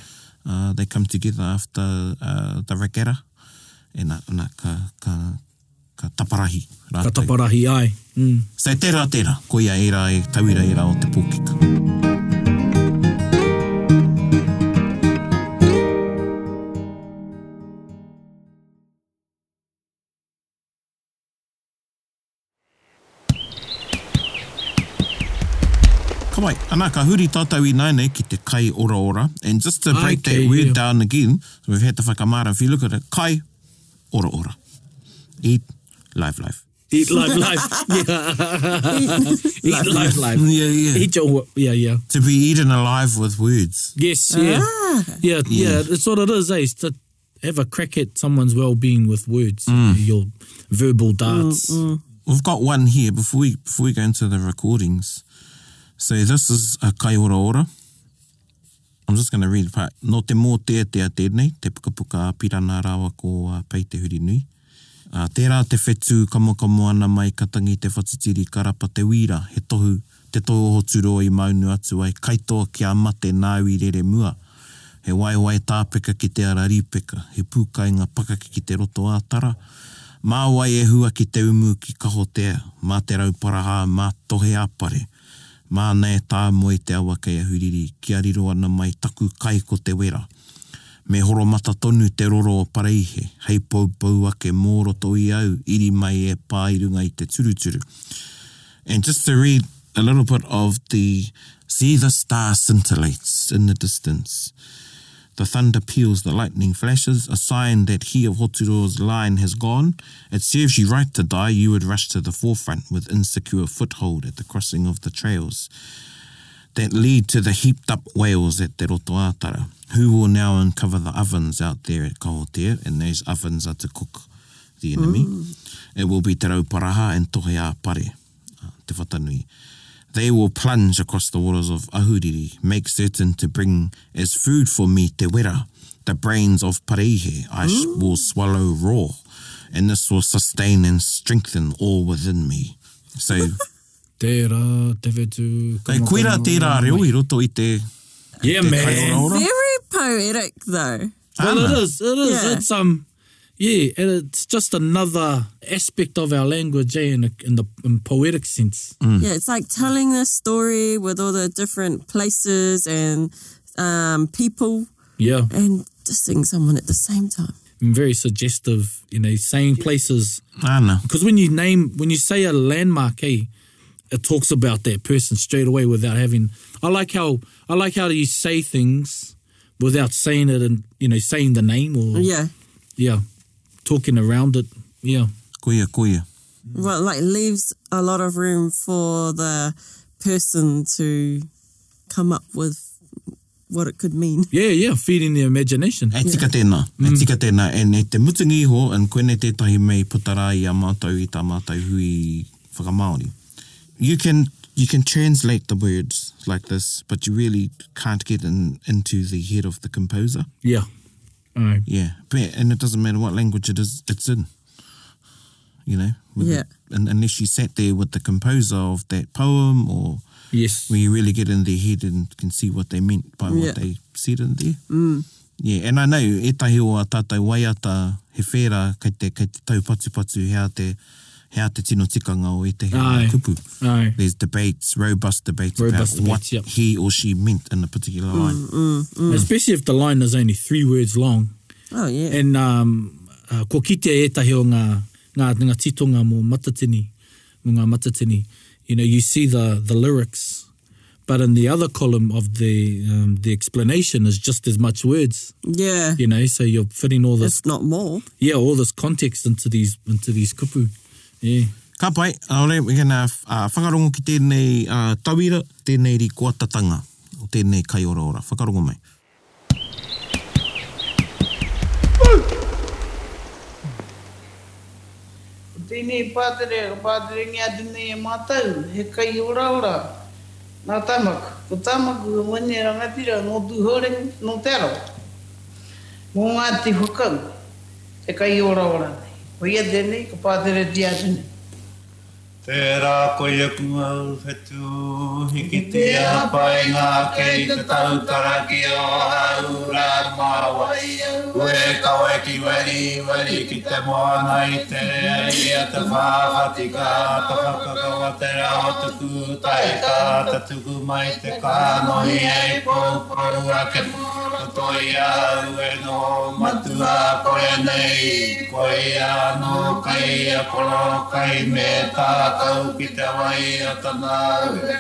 Speaker 2: Uh, they come together after uh, the rakera. E nā, nā ka, ka, ka taparahi.
Speaker 4: Ka
Speaker 2: rātou.
Speaker 4: taparahi ai. Mm.
Speaker 2: So tērā tērā, ko ia e rā e tauira e rā o te pōkika. Kawai, anā ka huri tātou i nāne ki te kai ora ora. And just to break
Speaker 4: Okay,
Speaker 2: that word
Speaker 4: yeah.
Speaker 2: down again, we've had to whakamara, if you look at it, kai ora ora. Eat, live life.
Speaker 4: Eat life, life. Yeah. Eat life, life.
Speaker 2: Yeah, yeah.
Speaker 4: Eat your wo- yeah, yeah.
Speaker 2: To be eaten alive with words.
Speaker 4: Yes, yeah. yeah, yeah,
Speaker 2: Yeah.
Speaker 4: That's what it is, eh? It's to have a crack at someone's well-being with words, you know, your verbal darts.
Speaker 2: We've got one here before we before we go into the recordings. So this is a kai ora ora. I'm just going to read the part. No te mō tētea tēnei, te pukapuka a pirana rawa ko a pei te huri nui. Uh, tērā te whetū kamokamo ana mai katangi te whatitiri karapa te wīra, he tohu, te toho hoturo i maunu atu ai, kaitoa kia mate nāui rere mua. he waiwai tāpeka ki te ara rīpeka, he pūkainga pakaki ki te roto ātara, mā wai e hua ki te umu ki kahotea, mā te rauparaha, mā tohe apare, mā nei tā moe te awa kei a huriri, kia riro ana mai taku kai ko te wera. Me horo mata tonu te roro o pareihe, hei paupau ake mōroto i au, iri mai e pāirunga i te turuturu. And just to read a little bit of the See the star scintillates in the distance. The thunder peals, the lightning flashes, a sign that he of Hoturo's line has gone. It serves you right to die, you would rush to the forefront with insecure foothold at the crossing of the trails that lead to the heaped up whales at Te Rotoatara. Who will now uncover the ovens out there at Kahotea, and those ovens are to cook the enemy. It will be Te Rauparaha and Tohe A Pare, uh, Te Whatanui. They will plunge across the waters of Ahuriri, make certain to bring as food for me Te Wera, the brains of Parehe I sh- will swallow raw, and this will sustain and strengthen all within me. So,
Speaker 4: Tērā, te wetu...
Speaker 2: Kei kuira tērā reo i roto i te...
Speaker 4: Yeah,
Speaker 2: te
Speaker 4: man.
Speaker 2: kaiora-ora.
Speaker 3: Very poetic, though.
Speaker 4: Well,
Speaker 2: Ana.
Speaker 4: it is. It is.
Speaker 3: Yeah.
Speaker 4: It's um, yeah, and it's just another aspect of our language, eh, in, the in the in poetic sense.
Speaker 3: Yeah, it's like telling the story with all the different places and um, people
Speaker 4: Yeah,
Speaker 3: and just seeing someone at the same time.
Speaker 4: and very suggestive. You know, saying places
Speaker 2: Ana.
Speaker 4: because when you name when you say a landmark, eh, it talks about that person straight away without having. I like how I like how you say things without saying it and you know saying the name or
Speaker 3: Yeah.
Speaker 4: yeah, talking around it. Yeah,
Speaker 2: Koia, koia.
Speaker 3: Well, like leaves a lot of room for the person to come up with what it could mean.
Speaker 4: yeah, yeah. Feeding the imagination.
Speaker 2: Hei tika tēnā, hei tika tēnā. E nei te mutungi iho, an koene tētahi mei putara i a mātou i tā mātou hui whakamaori. You can, you can translate the words like this, but you really can't get in, into the head of the composer.
Speaker 4: Yeah. All right.
Speaker 2: Yeah, but, and it doesn't matter what language it is, it's in. You know, with
Speaker 3: Yeah.
Speaker 2: the, un- unless you sat there with the composer of that poem, or
Speaker 4: Yes.
Speaker 2: where you really get in their head and can see what they meant by
Speaker 3: Yeah.
Speaker 2: what they said in there.
Speaker 4: Mm.
Speaker 2: Yeah, and I know e tahi o a tātou waiata he whera kei te, kei te tau patupatu hea te, hea te tino tikanga o e te hea
Speaker 4: Aye.
Speaker 2: kupu.
Speaker 4: Aye.
Speaker 2: There's debates, robust debates
Speaker 4: Robust
Speaker 2: about what
Speaker 4: debates, yep. Mm.
Speaker 2: he or she meant in a particular line.
Speaker 4: Especially if the line is only three words long.
Speaker 3: Oh, yeah.
Speaker 4: And um, uh, ko kite ētahi o ngā, ngā, ngā titonga mō matatini, mō ngā matatini, you know, you see the, the lyrics, but in the other column of the um, the explanation is just as much words,
Speaker 3: yeah.
Speaker 4: you know, so you're fitting all this,
Speaker 3: If not more.
Speaker 4: yeah, all this context into these into these kupu. Yeah.
Speaker 2: Ka pai, aore, we gana uh, whakarongo ki tēnei uh, tawira, tēnei ri kuatatanga, o tēnei kai ora ora. Whakarongo mai.
Speaker 7: Tēnei pātere, ka pātere ngia tēnei e mātau, he kai ora ora. Nā tamaku, ko tamaku ka mone rangatira no duhorengi, no te aro. Mō ngā te hukau, he kai ora ora nei. Ko ia tēnei, ka pātere tia tēnei.
Speaker 8: Tērā koia kumau whetu, hiki te hapai ngā kei te tau taraki o hau rā māwai. Ue kawe ki wari, wari ki te moana i te rea i a te whāwhati ka ta whakakawa te rao tuku tai ka ta tuku mai te kānoi e pōpō a ke mōra toi a ue no matua koe nei koe a no kai a kolo kai me tātou ki te wai a tana ue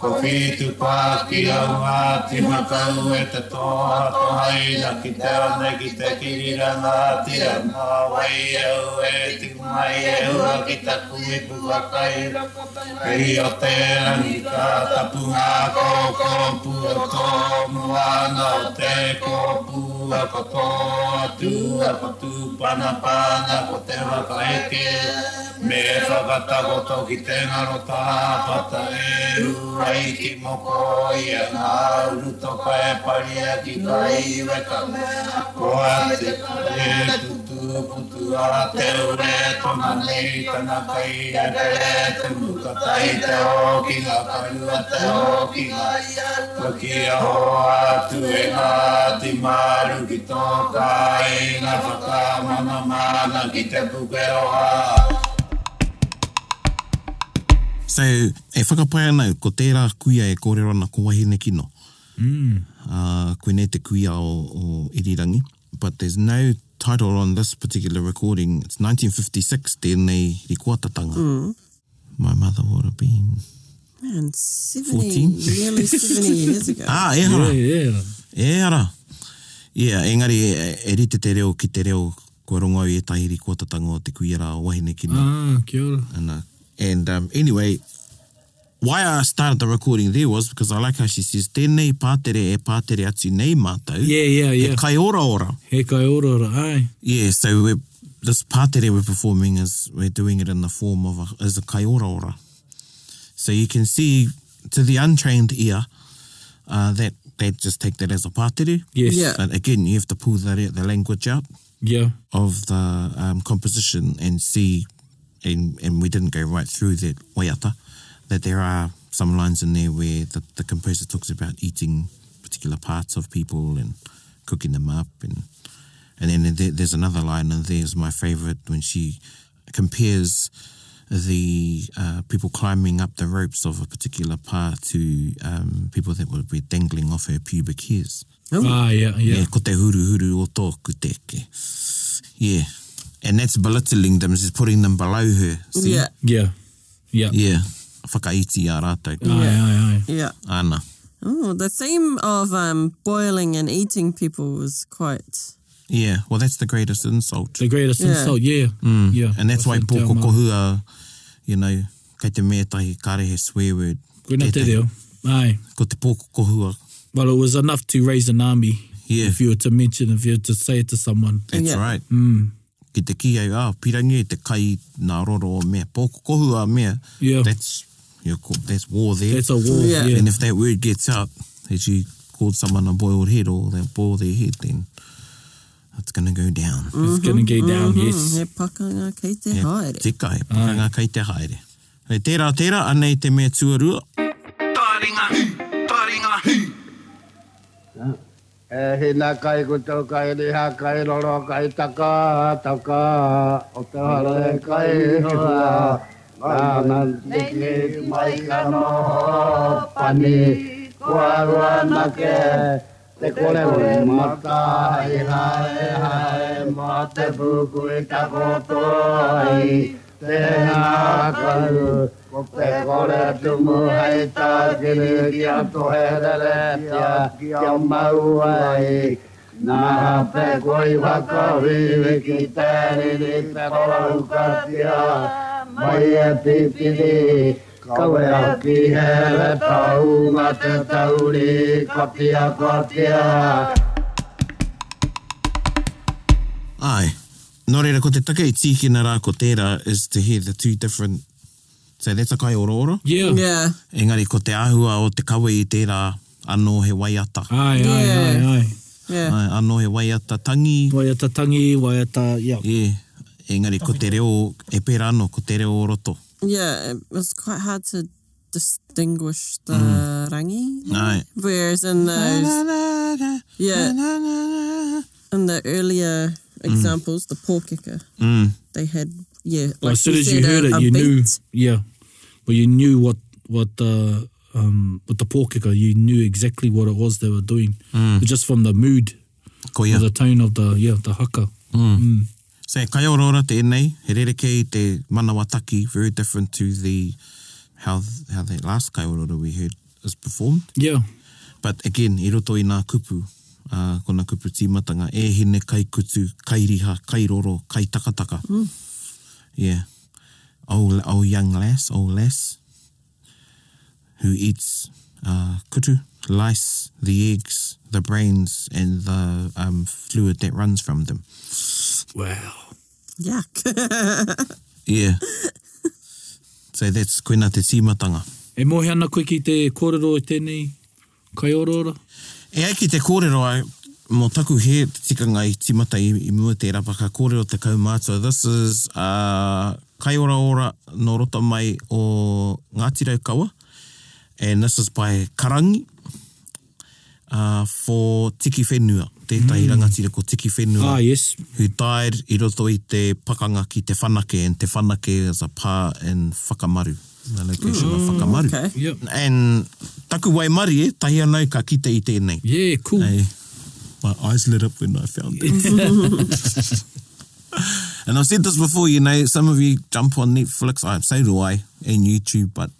Speaker 8: Ko whitu pā ki au ngā te matau e te toha toha i na ki te ana ki te kirira ngā te ana wai au e te mai e ua ki te kui puakai Kei o te angi ka tapu ngā kōkō pua tō moana o te kōpū a koto atu a kotu pana pana ko te wakaeke Me whakatako toki te ngaro tāpata e ruai ki moko i a ngā uru toka e paria ki kai weka mea. Ko a te kare tutu putu ara te ure tona nei tana kai a te re te muka tai te o ki ngā karua te o ki ngā Toki a ho atu e ngā ti maru ki tō kai ngā whakamana mana ki te puke roa
Speaker 2: So, e whakapai ana, ko tērā kuia e kōrero ana ko wahine kino.
Speaker 4: Mm.
Speaker 2: Uh, koe nei te kuia o, o Irirangi. But there's no title on this particular recording. It's 1956, tēnei rikuatatanga. Mm. My mother would have been...
Speaker 3: Man, 70,
Speaker 2: 14.
Speaker 3: nearly 70 years ago.
Speaker 2: Ah, e hara.
Speaker 4: Yeah, yeah.
Speaker 2: E ara. Ia, yeah, engari e, e rite te reo ki te reo kua rongo au e tahiri kua tatango o te kuiara o wahine ki nā.
Speaker 4: Ah, kia ora.
Speaker 2: And, uh, and um, anyway, why I started the recording there was because I like how she says, tēnei pātere e pātere atu nei mātou.
Speaker 4: Yeah, yeah,
Speaker 2: E
Speaker 4: yeah.
Speaker 2: kai ora ora.
Speaker 4: He kai ora ora, ai.
Speaker 2: Yeah, so we're, this pātere we're performing is, we're doing it in the form of a, is a kai ora ora. So you can see, to the untrained ear, uh, that they just take that as a pātere.
Speaker 4: Yes.
Speaker 3: Yeah.
Speaker 2: But again, you have to pull that out, the language out
Speaker 4: Yeah.
Speaker 2: of the um, composition and see, and, and we didn't go right through that waiata, that there are some lines in there where the, the composer talks about eating particular parts of people and cooking them up. And, and then there, there's another line, and there's my favorite when she compares the uh, people climbing up the ropes of a particular pa to um, people that would be dangling off her pubic hairs.
Speaker 4: Ah, yeah, yeah.
Speaker 2: Yeah, ko te huru huru o tōku teke. Yeah. And that's belittling them, just putting them below her. See?
Speaker 3: Yeah,
Speaker 4: Yeah. Yeah.
Speaker 2: Yeah. Whakaiti a rātou.
Speaker 4: Ai, ai, ai.
Speaker 3: yeah.
Speaker 2: Ana.
Speaker 3: Oh, the theme of um, boiling and eating people was quite.
Speaker 2: Yeah, well, that's the greatest insult.
Speaker 4: The greatest
Speaker 3: Yeah.
Speaker 4: insult, yeah. Yeah.
Speaker 2: Mm. And that's why
Speaker 4: Wasn't te
Speaker 2: pōko
Speaker 4: ao mā.
Speaker 2: kohua, you know, kei te meatahi karehe swear word.
Speaker 4: Koina te reo. Ai.
Speaker 2: Ko te pōko kohua.
Speaker 4: Well, it was enough to raise an army.
Speaker 2: Yeah.
Speaker 4: If you were to mention, if you were to say it to someone. Mm.
Speaker 2: That's
Speaker 3: Yeah.
Speaker 2: right. Ki te ki au, ah, pirangi e te kai nā roro o mea. Pōko kohua mea.
Speaker 4: Yeah.
Speaker 2: That's, you know, that's war there.
Speaker 4: That's a war.
Speaker 3: Yeah.
Speaker 4: Yeah.
Speaker 2: And if that word gets out that you called someone a boiled head or they boil their head, then it's going to go down.
Speaker 3: Mm-hmm.
Speaker 4: It's going to go down, Oh, yes.
Speaker 3: He pakanga kei te
Speaker 2: Yeah.
Speaker 3: haere.
Speaker 2: Tika e, pakanga kei te haere. Hei, tērā tērā, anei te mea tuarua.
Speaker 1: Taringa, taringa,
Speaker 9: E hina kai ko tau kai reha kai roro kai taka taka o te hara e kai hoa ngā nan te ki mai ka noho pani kua rua nake te kore ue mata hai hae hae mā te puku i tako toi te ngā karu ko te kore tumu hai tā kiri ki a tohe rere tia ki a mau ai Nā hape koi whakawiwi ki tēriri te korau katia Mai e pipiri Kawe au ki here tau ngā te tauri katia katia
Speaker 2: Ai, nō reira, ko te take i tīkina rā ko tērā is to hear the two different... So that's a kai ora ora.
Speaker 4: Yeah.
Speaker 3: Yeah.
Speaker 2: Engari, ko te āhua o te kawe i tērā, anō he waiata.
Speaker 4: Ai, ai,
Speaker 3: Yeah.
Speaker 4: ai, ai.
Speaker 3: Yeah.
Speaker 2: Ai, anō he waiata tangi.
Speaker 4: Wai ata tangi, wai ata, yeah.
Speaker 2: Yeah. Engari, ko te reo, e pērā anō, ko te reo roto.
Speaker 3: Yeah, it was quite hard to distinguish the
Speaker 4: Mm.
Speaker 3: rangi.
Speaker 2: Ai.
Speaker 3: Whereas in those, yeah, in the earlier
Speaker 4: Mm.
Speaker 3: examples, the pōkeka,
Speaker 2: Mm.
Speaker 3: they had, yeah,
Speaker 4: Well, as soon as you
Speaker 3: said, a-
Speaker 4: heard it,
Speaker 3: a
Speaker 4: you knew.
Speaker 3: beat.
Speaker 4: Yeah, well, you knew what what the um what the porkicker. You knew exactly what it was they were doing,
Speaker 2: Mm.
Speaker 4: just from the mood,
Speaker 2: Ko
Speaker 4: or
Speaker 2: ia.
Speaker 4: the tone of the yeah the haka. Mm.
Speaker 2: So, kai ora ora tēnei, he rereke i te manawataki, very different to the, how, how that last kai ora ora we heard is performed.
Speaker 4: Yeah,
Speaker 2: But again, i roto i nā kupu, uh, ko nā kupu tīmatanga, e hine kai kutu, kai riha, kai roro, kai takataka. Mm. Yeah. Oh, oh young lass, oh lass, who eats uh, kutu, lice, the eggs, the brains, and the um, fluid that runs from them.
Speaker 4: wow.
Speaker 3: Yuck.
Speaker 2: Yeah. so that's koina te tīmatanga.
Speaker 4: E mohi ana koe ki te kōrero i tēnei e kai ora ora.
Speaker 2: E ai ki te kōrero ai, mō taku he tikanga i timata i, i mua te rapaka kore o te kaumātua. This is uh, Kai Ora Ora no rota mai o Ngāti Raukawa. And this is by Karangi uh, for Tiki Whenua. Tētahi mm. rangatira ko Tiki Whenua.
Speaker 4: Ah, yes.
Speaker 2: Who died i roto i te pakanga ki te whanake. And te whanake is a pā in Whakamaru. The location mm, of Whakamaru.
Speaker 3: okay.
Speaker 4: Yep.
Speaker 2: And taku wai mari e, tahi anau ka kite i tēnei.
Speaker 4: Yeah, cool.
Speaker 2: Hey, my eyes lit up when I found it. and I've said this before, you know, some of you jump on Netflix, I so do I, and YouTube, but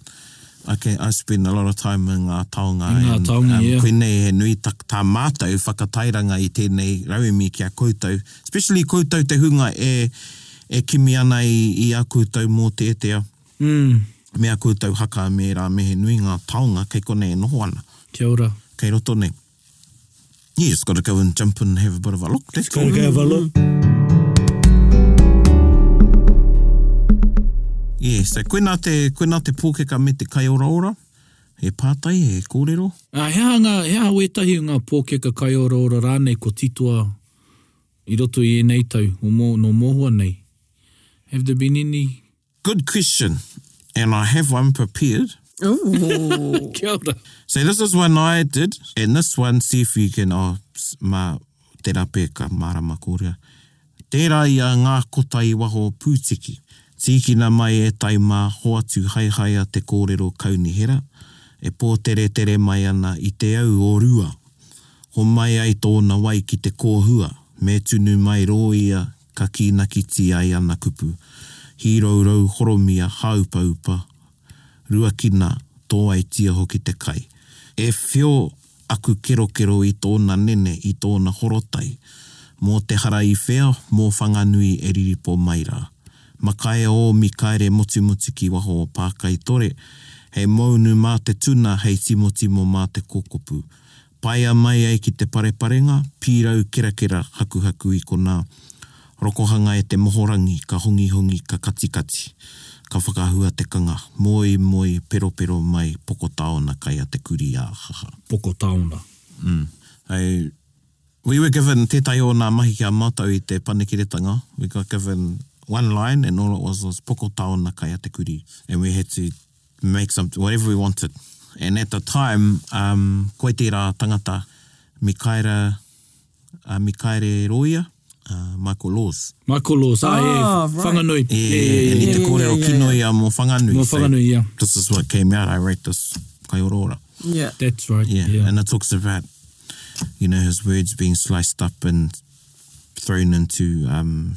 Speaker 2: I can I spend a lot of time in ngā taonga.
Speaker 4: In ngā
Speaker 2: and,
Speaker 4: taonga,
Speaker 2: um,
Speaker 4: yeah.
Speaker 2: Koine he nui tak tā mātou whakatairanga i tēnei rauemi kia koutou. Especially koutou te hunga e, e kimi ana i, i a koutou mō te etea.
Speaker 4: Mm.
Speaker 2: Mea koutou haka me rā mehe nui ngā taonga kei kone e noho ana.
Speaker 4: Kia ora.
Speaker 2: Kei roto nei. You just got to go and jump and have a bit of a look. Let's go.
Speaker 4: Gotta go have a look.
Speaker 2: Yeah, so koe nā te, koe nā te pōkeka me te kai ora ora, e pātai, e kōrero.
Speaker 4: Uh, hea, ngā, hea wetahi o ngā pōkeka kai ora ora rānei ko titoa i roto i enei tau, o mō, no mōhua nei. Have there been any?
Speaker 2: Good question. And I have one prepared. Oh.
Speaker 3: Ooh.
Speaker 4: Kia ora.
Speaker 2: So this is one I did, and this one, see if you can, oh, s- mā, tērā pēka, mārama kōrera. Tērā ia ngā kota i waho pūtiki. Tīkina mai e tai mā hoatu haihaia te kōrero kaunihera, e pōtere tere mai ana i te au o rua. Ho mai ai tōna wai ki te kōhua, me tunu mai rō ia ka kīnakiti ai ana kupu. Hīraurau horomia haupaupa, rua kina tō ai tia hoki te kai. E whio aku kerokero i tōna nene, i tōna horotai. Mō te hara i whea, mō whanganui e riripo mai rā. Makae o mikaere motumotu ki waho o pākai tore, hei maunu mā te tuna, hei timotimo mā te kokopu. Paia mai ai ki te pareparenga, pīrau kerakera hakuhaku i konā. Rokohanga e te mohorangi, ka hongi-hongi, ka katikati. Ka whakahua te kanga, moi moi, pero-pero mai, poko taona kai a te kuri a haha.
Speaker 4: Poko taona.
Speaker 2: Mm. Ai, we were given tētai o nā mahi kia mātau i te panikiretanga. We got given one line and all it was was poko taona kai a te kuri. And we had to make something, whatever we wanted. And at the time, um, koe te rā tangata, Mikaira, uh, Mikaire Roia, uh, Michael Laws.
Speaker 4: Michael Laws, ah,
Speaker 3: Ah,
Speaker 4: yeah,
Speaker 3: right.
Speaker 4: whanganui.
Speaker 2: E, yeah,
Speaker 4: yeah,
Speaker 2: ni te
Speaker 3: yeah,
Speaker 2: kōrero
Speaker 3: yeah,
Speaker 2: kino ia mō whanganui.
Speaker 4: Mō
Speaker 2: So
Speaker 4: whanganui, yeah.
Speaker 2: This is what came out. I wrote this kai ora ora.
Speaker 3: yeah.
Speaker 4: That's right,
Speaker 2: Yeah.
Speaker 4: yeah. yeah.
Speaker 2: And it talks about, you know, his words being sliced up and thrown into um,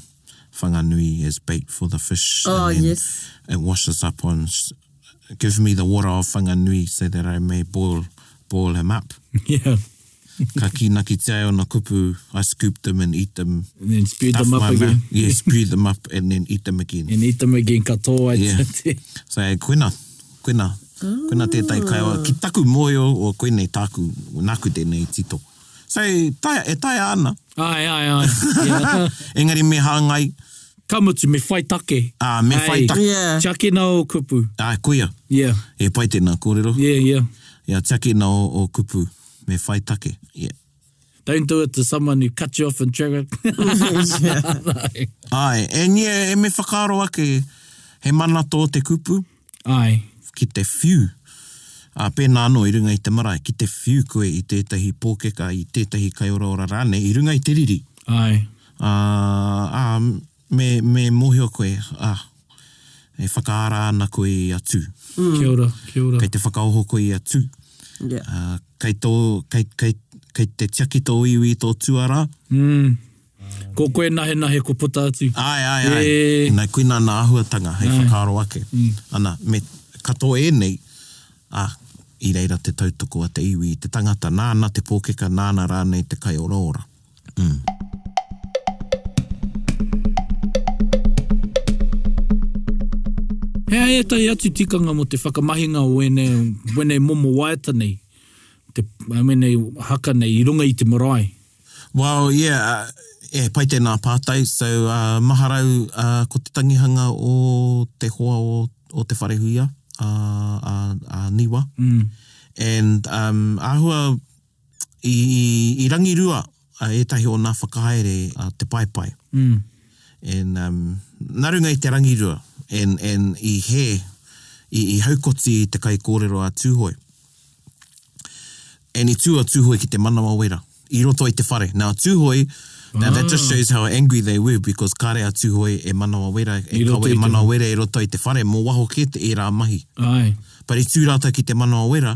Speaker 2: whanganui as bait for the fish.
Speaker 3: Oh,
Speaker 2: and then
Speaker 3: yes.
Speaker 2: It washes up on, s- give me the water of whanganui so that I may boil boil him up.
Speaker 4: yeah.
Speaker 2: Ka kinaki te ao na kupu, I scoop them and eat them.
Speaker 4: And then spew
Speaker 2: Stuff
Speaker 4: them up
Speaker 2: my
Speaker 4: again.
Speaker 2: mouth. Yeah, spew them up and then eat them again.
Speaker 4: And eat them again ka tō ai
Speaker 2: Yeah.
Speaker 4: yeah.
Speaker 2: So e koina, koina, koina tētai kai o, ki taku moio o koinei tāku, nāku tēnei tito. So e taia, e taia ana,
Speaker 4: Ai, ai, ai. Yeah.
Speaker 2: engari me hāngai,
Speaker 4: Kamutu, me whai take.
Speaker 2: a me
Speaker 4: Ai.
Speaker 2: whaitaki,
Speaker 3: Yeah.
Speaker 4: Chake nā o kupu.
Speaker 2: a koia,
Speaker 4: Yeah,
Speaker 2: e pai tēnā kōrero,
Speaker 4: yeah, yeah.
Speaker 2: ia tiaki nā o, o kupu, me whaitake. Yeah.
Speaker 4: Don't do it to someone who cut you off in traffic.
Speaker 2: Ai, e nie, e me whakaro ake, he mana tō te kupu,
Speaker 4: Ai.
Speaker 2: ki te whiu. A pēnā anō i runga i te marae, ki te whiu koe i tētahi pōkeka, i tētahi kaiora-ora rāne, i runga i te riri.
Speaker 4: Ai.
Speaker 2: uh, uh, me, me mōhio koe, ah, e whakaara ana koe i atu.
Speaker 4: Mm. Kia ora, kia ora.
Speaker 2: Kei te whakaoho koe i atu.
Speaker 3: Yeah.
Speaker 2: Uh, kei, tō, kei, kei, kei te tiaki tō iwi tō tuara.
Speaker 4: Mm. Ko koe nahe nahe ko puta atu.
Speaker 2: Ai, ai, ai.
Speaker 4: E.
Speaker 2: Nā koe nā nā ahuatanga, hei whakaaro ake. Ana, me kato e nei, ah, i reira te tautoko a te iwi, i te tangata, nāna te pōkeka, nāna rānei te kai ora ora.
Speaker 4: Hea e tai atu tikanga mo te whakamahinga o ene, wene momo waeta nei. Te, wene haka nei, i runga i te marae.
Speaker 2: Well, yeah, uh, e pai tēnā pātai, so uh, maharau uh, ko te tangihanga o te hoa o, o te wharehuia, a uh, uh, uh,
Speaker 4: Hmm.
Speaker 2: niwa. Mm. And um, āhua i, i, i rangirua a etahi o nā whakahaere a te paipai.
Speaker 4: Mm.
Speaker 2: And, um, nā runga i te rangirua, and, and i he, i, i haukoti te kai kōrero a tūhoi. And i tūa tūhoi ki te manawa wera. I roto i te whare. Nā tūhoi, Now that just shows how angry they were because kāre a tūhoi e manawa wera, e
Speaker 4: I
Speaker 2: kawe
Speaker 4: roto i
Speaker 2: e
Speaker 4: te-
Speaker 2: manawa wera e roto i te whare, mō waho ke te e rā mahi.
Speaker 4: Ai.
Speaker 2: Pari tū rātou ki te manawa wera,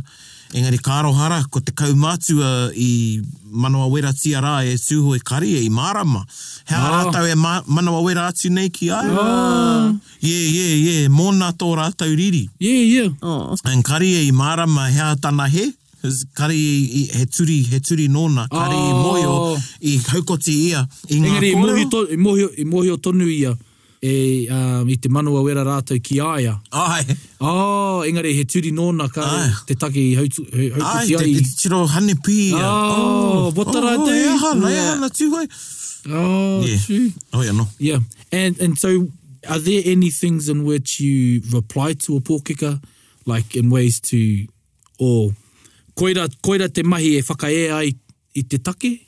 Speaker 2: engari kārohara, ko te kaumātua i manawa wera tia rā e tūho e kari e i mārama. Hea oh.
Speaker 4: Ah.
Speaker 2: rātou e ma, manawa wera atu nei ki ai. Oh. Yeah, yeah, yeah, mōna tō rātou riri.
Speaker 4: Yeah, yeah.
Speaker 3: Oh,
Speaker 2: And kari e i mārama hea tana he, His- kari e i, he turi, he turi nōna, kari i
Speaker 4: Oh.
Speaker 2: moio, i haukoti ia, i ngā
Speaker 4: Engari, i
Speaker 2: kōrero.
Speaker 4: mohi, to, i, mohi, i mohi o tonu ia e, um, i te manawa wera rātou ki aia.
Speaker 2: Ai,
Speaker 4: Oh, engari, he turi nōna ka
Speaker 2: Ai.
Speaker 4: te take i hautu, he-
Speaker 2: ai,
Speaker 4: haututi
Speaker 2: te,
Speaker 4: ai.
Speaker 2: te tiro hane pī. ia.
Speaker 4: Oh, wata
Speaker 2: oh, oh,
Speaker 4: rātou.
Speaker 2: e ahana, e
Speaker 4: Yeah.
Speaker 2: ahana tūhoi.
Speaker 4: Oh,
Speaker 2: Yeah.
Speaker 4: true.
Speaker 2: Oh, yeah, no.
Speaker 4: Yeah. And and so are there any things in which you reply to a pōkeka, like in ways to or koira koira te mahi e whakaea ai i te take?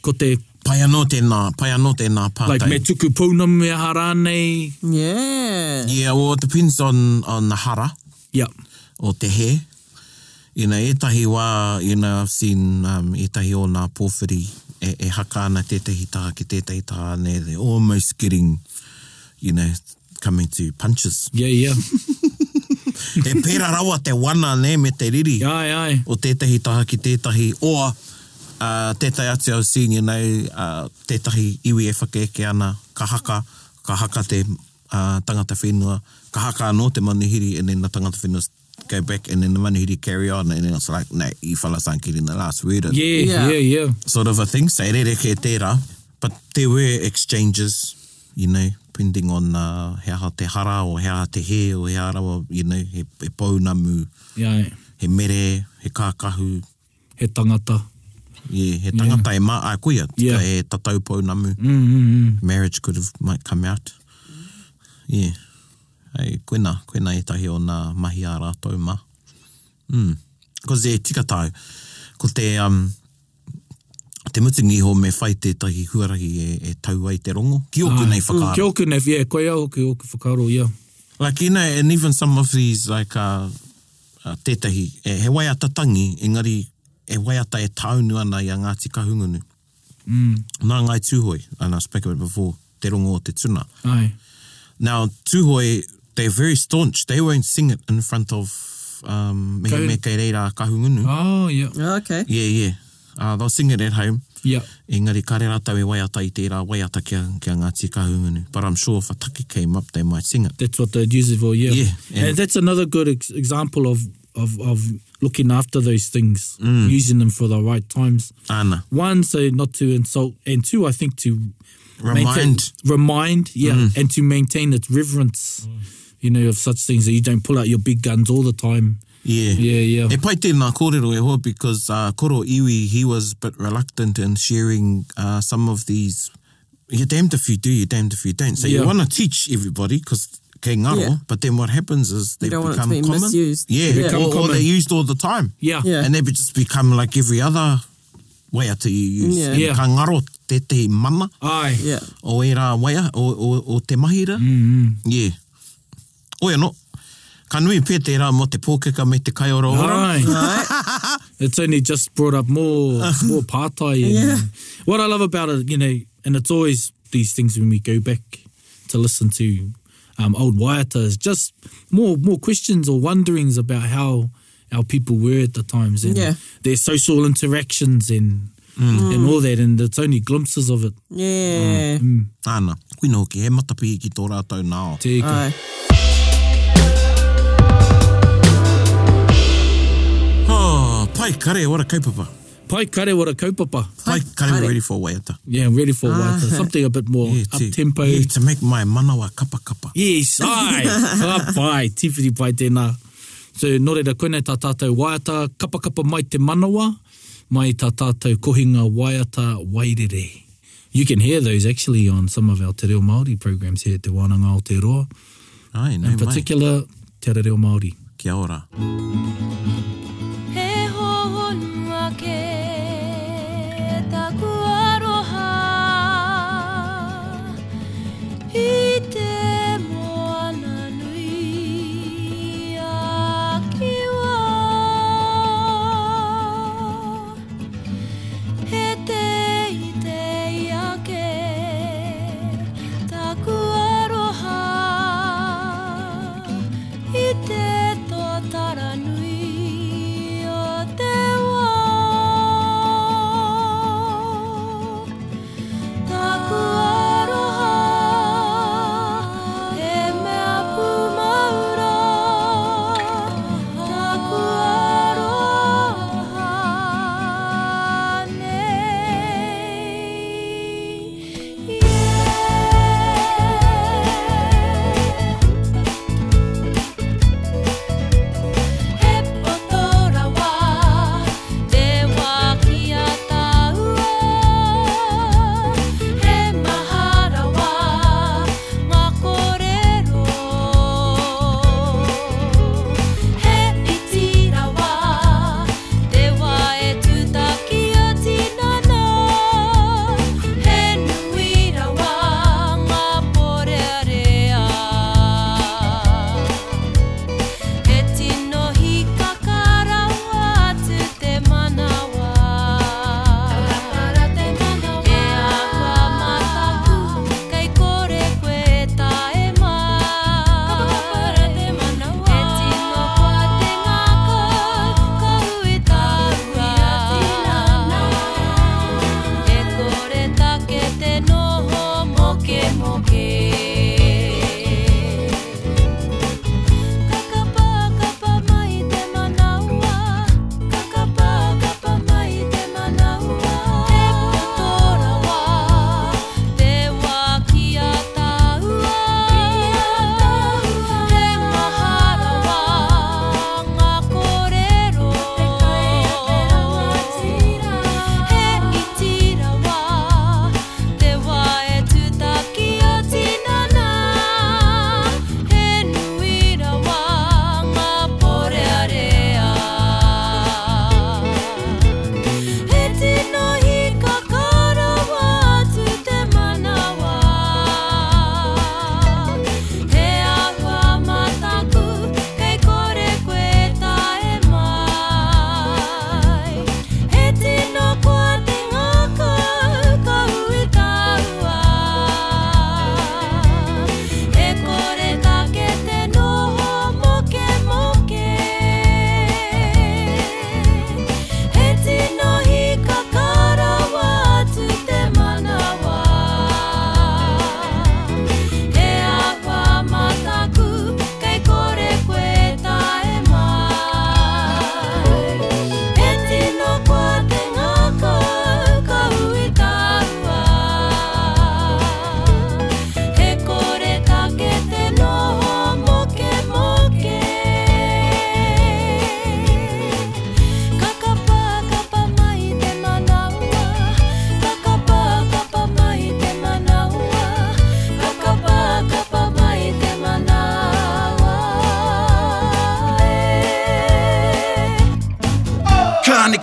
Speaker 4: Ko te
Speaker 2: Pai anō tēnā, pai anō tēnā pātai.
Speaker 4: like me tuku pūna me hara nei.
Speaker 3: yeah.
Speaker 2: Yeah, well, it depends on, on the hara
Speaker 4: Yeah.
Speaker 2: o te he. You know, etahi wā, you know, I've seen um, etahi o nā pōwhiri e, e haka ana tētahi taha ki tētahi taha and they're almost getting, you know, coming to punches.
Speaker 4: Yeah, yeah.
Speaker 2: e pērā rawa te wana ne me te riri.
Speaker 4: ai ai.
Speaker 2: o tētahi taha ki tētahi oa uh, tētahi atu au sīngi nei uh, tētahi iwi e whakeke ana ka haka, ka haka te uh, tangata whenua, ka haka anō te manuhiri and then the tangata whenua go back and then the manuhiri carry on and then it's like, nah, i whala san ki the last word and
Speaker 4: Yeah, yeah,
Speaker 3: Yeah.
Speaker 4: yeah.
Speaker 2: sort of a thing. So e rere ke tērā. But there were exchanges, you know, depending on uh, hea ha te hara o hea ha te he o hea rawa, you know, he, he paunamu,
Speaker 4: Yeah. ai.
Speaker 2: he mere, he kākahu,
Speaker 4: He tangata.
Speaker 2: Yeah, he tangata yeah. e maa kuia,
Speaker 4: Yeah.
Speaker 2: yeah. e tatau paunamu. Mm.
Speaker 4: Mm, mm, mm.
Speaker 2: Marriage could have might come out. Yeah. Ai, koina, koina e tahi o nā mahi a rātou mā. Mm. Ko e tika tau, ko te, um, te mutungi ho me whai tētahi huarahi e, e tau ai te rongo. Ki
Speaker 4: Ah,
Speaker 2: oku nei whakaara.
Speaker 4: Ki oku nei, yeah, koe au, ki oku whakaro, yeah.
Speaker 2: Like, you know, and even some of these, like, uh, uh, tētahi, e, he waiata tangi, engari, e waiata e taunu ana i a Ngāti Kahungunu.
Speaker 4: Mm.
Speaker 2: Nā ngai tūhoi, and I spoke about it before, te rongo o te tuna.
Speaker 4: Ai.
Speaker 2: Now, tūhoi, they're very staunch. They won't sing it in front of um,
Speaker 4: Kau-
Speaker 2: mehi me kei reira Kahungunu.
Speaker 4: Oh, yeah.
Speaker 3: Okay.
Speaker 2: Yeah, yeah. Uh, they'll sing it at home.
Speaker 4: Yeah.
Speaker 2: Engari, kare rātau e waiata i tērā waiata kia, kia Ngāti Kahungunu. But I'm sure if a take came up, they might sing it.
Speaker 4: That's what they'd use it for, yeah.
Speaker 2: Yeah,
Speaker 4: And,
Speaker 2: and-
Speaker 4: that's another good ex- example of, of, of looking after those things,
Speaker 2: Mm.
Speaker 4: using them for the right times.
Speaker 2: Ana.
Speaker 4: One, so not to insult, and two, I think to maintain-
Speaker 2: Remind. Mm.
Speaker 4: remind, yeah, and to maintain its reverence, you know, of such things that you don't pull out your big guns all the time.
Speaker 2: Yeah.
Speaker 4: Yeah, yeah.
Speaker 2: E pai tēnā kōrero e hoa because uh, Koro Iwi, he was a bit reluctant in sharing uh, some of these. You're damned if you do, you're damned if you don't. So
Speaker 4: Yeah.
Speaker 2: you want to teach everybody because kei ngaro,
Speaker 3: Yeah.
Speaker 2: but then what happens is they
Speaker 3: You don't want it to
Speaker 2: become
Speaker 3: be
Speaker 2: common.
Speaker 3: misused.
Speaker 2: Yeah,
Speaker 3: They
Speaker 4: become
Speaker 2: or, or
Speaker 4: common.
Speaker 2: they're used all the time.
Speaker 4: Yeah.
Speaker 3: Yeah.
Speaker 2: And they be- just become like every other way out you use.
Speaker 3: Yeah.
Speaker 4: Yeah.
Speaker 2: And Ka ngaro te te mana
Speaker 4: Aye.
Speaker 3: Yeah.
Speaker 2: o e rā waia, o, o, o te mahira.
Speaker 4: Mm,
Speaker 2: Yeah. Oia no, ka nui pētērā mo te pōkeka me te kaiora
Speaker 4: mm.
Speaker 2: ora.
Speaker 4: Aye.
Speaker 3: Right.
Speaker 4: it's only just brought up more more partai. And,
Speaker 3: Yeah.
Speaker 4: What I love about it, you know, and it's always these things when we go back to listen to um, old Waiata is just more more questions or wonderings about how our people were at the times and
Speaker 3: Yeah.
Speaker 4: their social interactions and and all that and it's only glimpses of it.
Speaker 3: Yeah.
Speaker 2: Ana, kuina hoki, he matapi ki tō rātou nā o.
Speaker 4: Te ika.
Speaker 3: Aye.
Speaker 2: Oh, pai kare, ora kaupapa.
Speaker 4: Pai kare what a kaupapa.
Speaker 2: Pai kare, we're ready for waiata.
Speaker 4: Yeah, ready for Waiata. Something a bit more up tempo.
Speaker 2: Yeah, to make my manawa kapa kapa.
Speaker 4: Yes, ai, ka pai, tīwhiri pai tēnā. So, nō reira, koinei tā tātou waiata, kapakapa mai te manawa, mai tā tātou kohinga waiata wairere. You can hear those actually on some of our Te Reo Māori programs here at Te Wānanga Aotearoa,
Speaker 2: Ai, no mai.
Speaker 4: in particular Te Reo Māori.
Speaker 2: Kia ora.
Speaker 10: He honua ke taku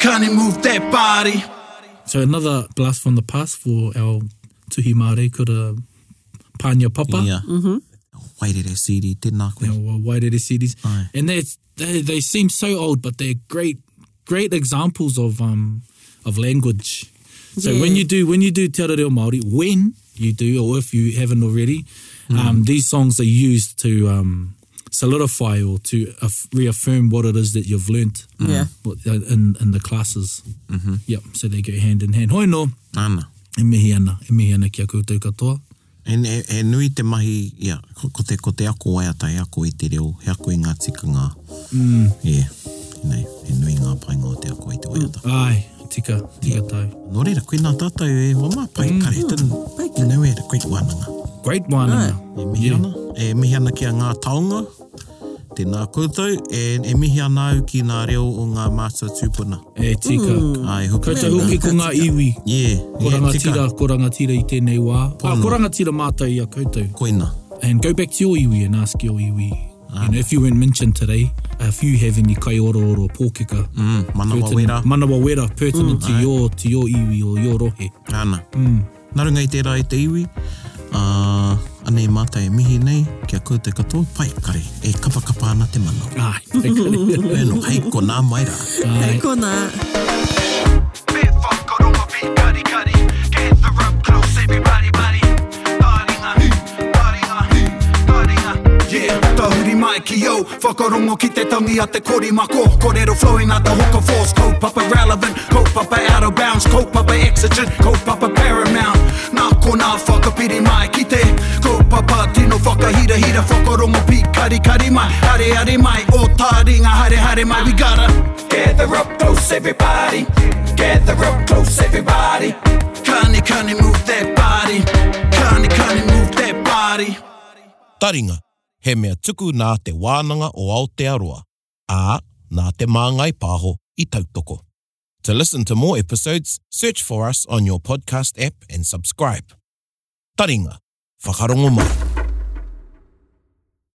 Speaker 1: Can't move that body.
Speaker 4: So another blast from the past for our tuhi Māori kura Pānia Papa.
Speaker 2: Yeah. Mm-hmm. Wairere CD, tēnā koe.
Speaker 4: Now, uh, Wairere CDs.
Speaker 2: Aye.
Speaker 4: And they, they they seem so old, but they're great great examples of um of language. So
Speaker 3: Yeah.
Speaker 4: when you do when you do Te Reo Māori, when you do or if you haven't already,
Speaker 2: Hmm.
Speaker 4: um, these songs are used to um, solidify or to aff- reaffirm what it is that you've learnt
Speaker 3: Yeah.
Speaker 4: what- uh, in, in the classes. Mm-hmm. Yep, so they go hand in hand. Hoi no,
Speaker 2: Ana.
Speaker 4: e mihi ana, e mihi ana kia koutou katoa.
Speaker 2: E, e, e nui te mahi, ia, ko, ko, te, ko te ako ai ata, he ako i te reo, he ako i ngā tika ngā. Mm. Yeah. Nei, e nui ngā painga o te ako i te wai ata.
Speaker 4: Ai, tika, tika tau.
Speaker 2: Nō reira, koe nā tātou e wama, pai mm. kare, tēnu, pai kare. Nau e ra koe wānanga.
Speaker 4: Great one.
Speaker 3: Ai.
Speaker 4: Ana.
Speaker 2: E mihi ana, e mihi ana kia ngā taonga, tēnā koutou, e, e mihi ana au ki ngā reo o ngā mātua tūpuna.
Speaker 4: E tika.
Speaker 2: Ai, huki.
Speaker 4: Koutou hoki ko ngā iwi.
Speaker 2: Yeah,
Speaker 4: Ko
Speaker 2: yeah,
Speaker 4: rangatira, ko rangatira i tēnei wā. Ah, ko rangatira mātou i a koutou.
Speaker 2: Koina.
Speaker 4: And go back to your iwi and ask your iwi.
Speaker 2: Ah.
Speaker 4: You know, if you weren't mentioned today, if you have any kaiororo or pōkeka,
Speaker 2: Mm, manawa
Speaker 4: pertinent-
Speaker 2: wera. Mm.
Speaker 4: manawa wera pertinent to your to your iwi or your rohe.
Speaker 2: Ana. Mm. Narunga i tērā i te iwi. Uh, anei mātai e mihi nei, kia koutou katoa, pai kare, e kapakapa ana te mana.
Speaker 4: Ai, okay.
Speaker 2: Eno, hei ko nā mai rā.
Speaker 3: Hei kona.
Speaker 1: Me whakaronga pi kari kari. Gather up close everybody body. Taringa, taringa, taringa. Yeah, tahuri mai ki yo Whakarongo ki te tangi a te kori mako Korero flowing a te hoka force Kaupapa relevant, kaupapa out of bounds Kaupapa exigent, kaupapa paramount Nā ko nā whakapiri mai ki te Kaupapa tino whakahira hira Whakarongo pi kari kari mai Hare hare mai, o taringa hare hare mai We gotta
Speaker 5: Gather up close, everybody. Gather up close, everybody.
Speaker 1: Kani kani move that body. Kani kani move that body.
Speaker 2: Taringa, he mea tuku nā te wānanga o Aotearoa, ā nā te māngai pāho i tautoko. To listen to more episodes, search for us on your podcast app and subscribe. Taringa, whakarongo mai.